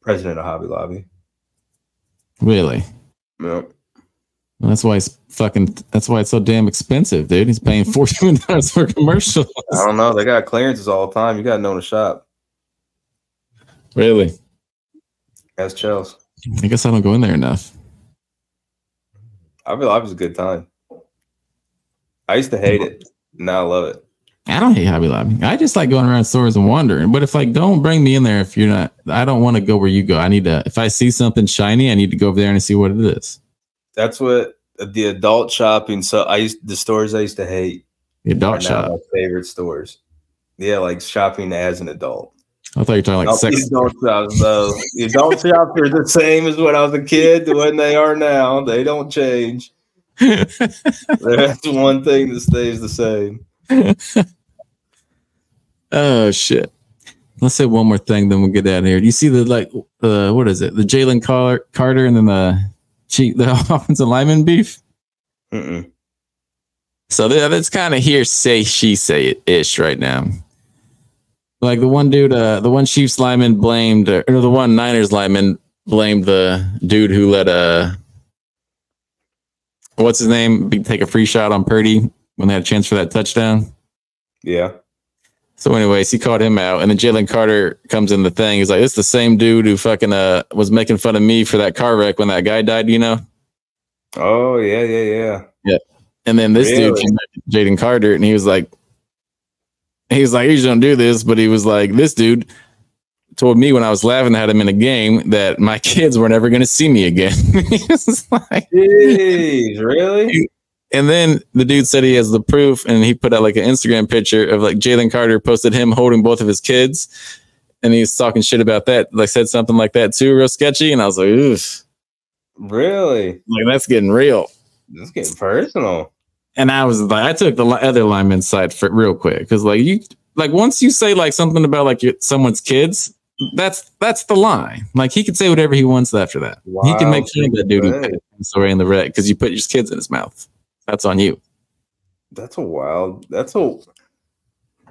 [SPEAKER 4] President of Hobby Lobby.
[SPEAKER 3] Really?
[SPEAKER 4] Yep.
[SPEAKER 3] And That's why it's fucking. That's why it's so damn expensive, dude. He's paying fourteen dollars for commercials.
[SPEAKER 4] I don't know. They got clearances all the time. You got to know the shop.
[SPEAKER 3] Really?
[SPEAKER 4] That's Chels.
[SPEAKER 3] I guess I don't go in there enough.
[SPEAKER 4] I feel like it was a good time. I used to hate it. Now I love it.
[SPEAKER 3] I don't hate Hobby Lobby. I just like going around stores and wandering. But if like, don't bring me in there if you're not. I don't want to go where you go. I need to. If I see something shiny, I need to go over there and see what it is.
[SPEAKER 4] That's what the adult shopping. So I used the stores I used to hate
[SPEAKER 3] The adult
[SPEAKER 4] are now
[SPEAKER 3] shop.
[SPEAKER 4] my favorite stores. Yeah, like shopping as an adult.
[SPEAKER 3] I thought you were talking like
[SPEAKER 4] Not
[SPEAKER 3] sex.
[SPEAKER 4] these adult shops though. The adult shops are the same as when I was a kid to when they are now. They don't change. That's one thing that stays the same.
[SPEAKER 3] Oh shit. Let's say one more thing, then we'll get out of here. Do you see the like uh what is it? The Jalen Car- Carter and then the cheat the offensive lineman beef?
[SPEAKER 4] Mm-mm.
[SPEAKER 3] So that, that's kind of hearsay, she say it ish right now. Like the one dude, uh, the one Chiefs lineman blamed, or the one Niners lineman blamed the dude who let uh, what's his name, be- take a free shot on Purdy when they had a chance for that touchdown.
[SPEAKER 4] Yeah.
[SPEAKER 3] So, anyways, he called him out, and then Jalen Carter comes in the thing. He's like, "It's the same dude who fucking uh was making fun of me for that car wreck when that guy died, you know."
[SPEAKER 4] Oh yeah, yeah, yeah.
[SPEAKER 3] And then this dude
[SPEAKER 4] Really?
[SPEAKER 3] came back to Jaden Carter and he was like, he was like, you don't do this. But he was like, this dude told me when I was laughing at him in a game that my kids were never going to see me again. He was like-
[SPEAKER 4] Jeez, really?
[SPEAKER 3] and then the dude said he has the proof and he put out like an Instagram picture of like Jalen Carter posted him holding both of his kids. And he was talking shit about that, like said something like that too, real sketchy. And I was like, oof,
[SPEAKER 4] Really?
[SPEAKER 3] like that's getting real.
[SPEAKER 4] This is getting personal.
[SPEAKER 3] and I was like, I took the li- other lineman's side for real quick because like you, like once you say like something about like your, someone's kids, that's that's the line. Like he can say whatever he wants after that. he can make
[SPEAKER 4] Wow.
[SPEAKER 3] fun of that dude
[SPEAKER 4] Hey.
[SPEAKER 3] in the story in the red because you put your kids in his mouth. That's on you.
[SPEAKER 4] That's a wild. That's a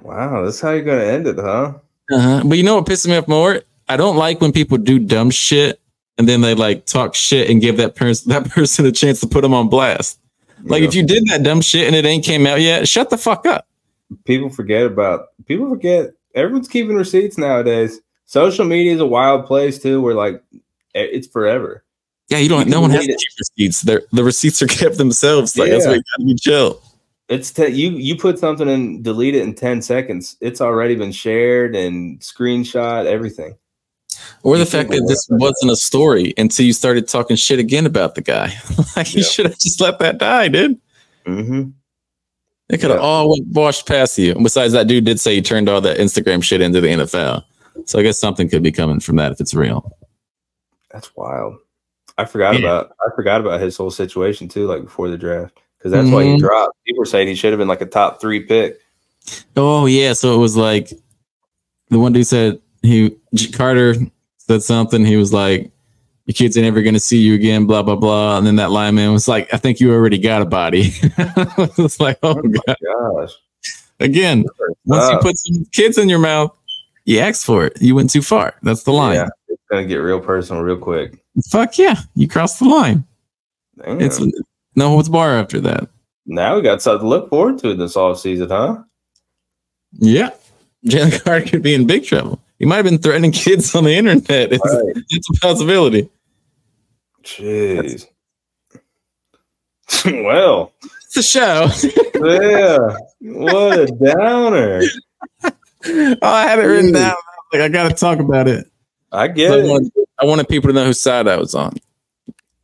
[SPEAKER 4] wow. That's how you're gonna end it, huh?
[SPEAKER 3] Uh-huh. But you know what pisses me off more? I don't like when people do dumb shit and then they like talk shit and give that person that person a chance to put them on blast. Like
[SPEAKER 4] Yeah.
[SPEAKER 3] if you did that dumb shit and it ain't came out yet, shut the fuck up.
[SPEAKER 4] people forget about people forget everyone's keeping receipts nowadays. Social media is a wild place too, where like it- it's forever.
[SPEAKER 3] Yeah, you don't.
[SPEAKER 4] You
[SPEAKER 3] No
[SPEAKER 4] can
[SPEAKER 3] one has to
[SPEAKER 4] read it.
[SPEAKER 3] keep receipts. They're, the receipts are kept themselves. Like that's why
[SPEAKER 4] Yeah.
[SPEAKER 3] you gotta be chill.
[SPEAKER 4] It's te- you you put something and delete it in ten seconds. It's already been shared and screenshot everything.
[SPEAKER 3] Or
[SPEAKER 4] You
[SPEAKER 3] the
[SPEAKER 4] can
[SPEAKER 3] fact
[SPEAKER 4] be
[SPEAKER 3] that this
[SPEAKER 4] aware of
[SPEAKER 3] wasn't a story until you started talking shit again about the guy. like you
[SPEAKER 4] Yeah.
[SPEAKER 3] should have just let that die, dude.
[SPEAKER 4] Mm-hmm.
[SPEAKER 3] It could have
[SPEAKER 4] Yeah.
[SPEAKER 3] all went washed past you. And besides, that dude did say he turned all that Instagram shit into the NFL. So I guess something could be coming from that if it's real.
[SPEAKER 4] That's wild. I forgot
[SPEAKER 1] Yeah.
[SPEAKER 4] about I forgot about his whole situation too, like before the draft, because that's why he
[SPEAKER 3] Mhm.
[SPEAKER 4] dropped. People were saying he should have been like a top three pick.
[SPEAKER 3] Oh yeah, so it was like the one dude said he J- Carter said something. He was like, "Your kids are never gonna see you again." Blah blah blah. And then that lineman was like, "I think you already got a body." it's like, oh god,
[SPEAKER 4] Gosh,
[SPEAKER 3] again. Once you
[SPEAKER 4] Uh,
[SPEAKER 3] put some kids in your mouth, you asked for it. You went too far. That's the line.
[SPEAKER 4] yeah, it's gonna get real personal real quick.
[SPEAKER 3] Fuck yeah, you crossed the line.
[SPEAKER 4] Damn.
[SPEAKER 3] It's no holds bar after that.
[SPEAKER 4] Now we got something to look forward to this offseason, huh?
[SPEAKER 3] Yeah, Jalen Carter could be in big trouble. He might have been threatening kids on the internet. It's,
[SPEAKER 4] Right.
[SPEAKER 3] it's a possibility.
[SPEAKER 4] Jeez. well,
[SPEAKER 3] It's the show.
[SPEAKER 4] yeah. What a downer.
[SPEAKER 3] oh, I had it written
[SPEAKER 4] Ooh.
[SPEAKER 3] down. Like I gotta talk about it.
[SPEAKER 4] I get
[SPEAKER 3] I,
[SPEAKER 4] it.
[SPEAKER 3] wanted, I wanted people to know whose side I was on.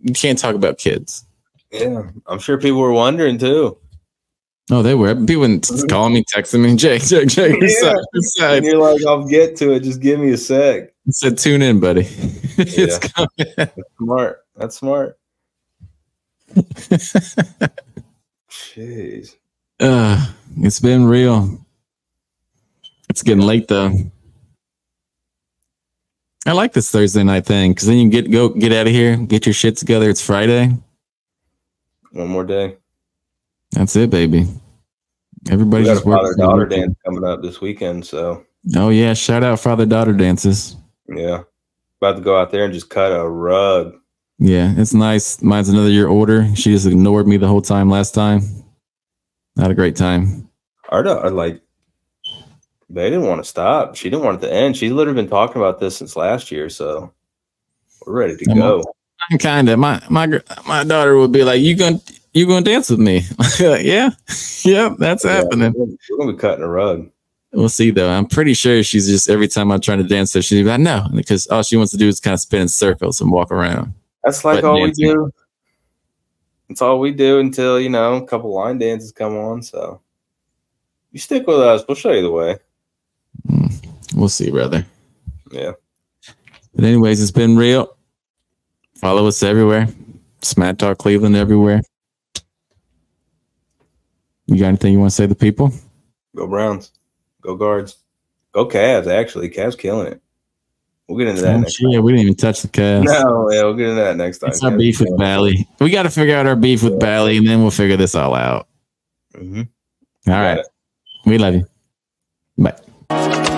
[SPEAKER 3] You can't talk about kids.
[SPEAKER 4] Yeah. I'm sure people were wondering too.
[SPEAKER 3] Oh, they were. People were calling me, texting me, Jake, Jake, Jake, whose
[SPEAKER 4] Yeah.
[SPEAKER 3] side? Whose side?
[SPEAKER 4] And you're like, I'll get to it. Just give me a sec.
[SPEAKER 3] I said, tune in, buddy. it's coming.
[SPEAKER 4] Smart. That's smart. Jeez.
[SPEAKER 3] Uh, it's been real. It's getting late though. I like this Thursday night thing because then you can get go get out of here, get your shit together. It's Friday.
[SPEAKER 4] One more day.
[SPEAKER 3] That's it, baby.
[SPEAKER 4] We
[SPEAKER 3] Everybody's
[SPEAKER 4] got a
[SPEAKER 3] just
[SPEAKER 4] father
[SPEAKER 3] working.
[SPEAKER 4] daughter dance coming up this weekend. So,
[SPEAKER 3] Oh yeah, shout out father daughter dances.
[SPEAKER 4] yeah. About to go out there and just cut a rug.
[SPEAKER 3] Yeah, it's nice. Mine's another year older. She just ignored me the whole time last time. Not a great time.
[SPEAKER 4] Our da- uh, like they didn't want to stop. She didn't want it to end. She's literally been talking about this since last year, so we're ready to
[SPEAKER 3] I'm
[SPEAKER 4] go.
[SPEAKER 3] kind of. My my gr- my daughter would be like, "You gonna you gonna dance with me?" yeah, yep, that's
[SPEAKER 4] Yeah,
[SPEAKER 3] happening.
[SPEAKER 4] We're, we're gonna be cutting a rug.
[SPEAKER 3] We'll see though. I'm pretty sure she's just every time I'm trying to dance, her, she's like, "No," because all she wants to do is kind of spin in circles and walk around.
[SPEAKER 4] That's like
[SPEAKER 3] But
[SPEAKER 4] all
[SPEAKER 3] dancing.
[SPEAKER 4] we do. It's all we do until you know a couple line dances come on. So you stick with us. We'll show you the way.
[SPEAKER 3] We'll see, brother.
[SPEAKER 4] Yeah.
[SPEAKER 3] But anyways, it's been real. Follow us everywhere. Smack Talk Cleveland everywhere. You got anything you want to say to the people?
[SPEAKER 4] Go Browns. Go Guards. Go Cavs. Actually, Cavs killing it. We'll get into that
[SPEAKER 3] Oh,
[SPEAKER 4] next.
[SPEAKER 3] shit, we didn't even touch the Cavs.
[SPEAKER 4] No, yeah, we'll get into that next time.
[SPEAKER 3] It's our beef with Valley. We got to figure out our beef with Valley, and then we'll figure this all out.
[SPEAKER 4] hmm
[SPEAKER 3] All right. We love you. Bye.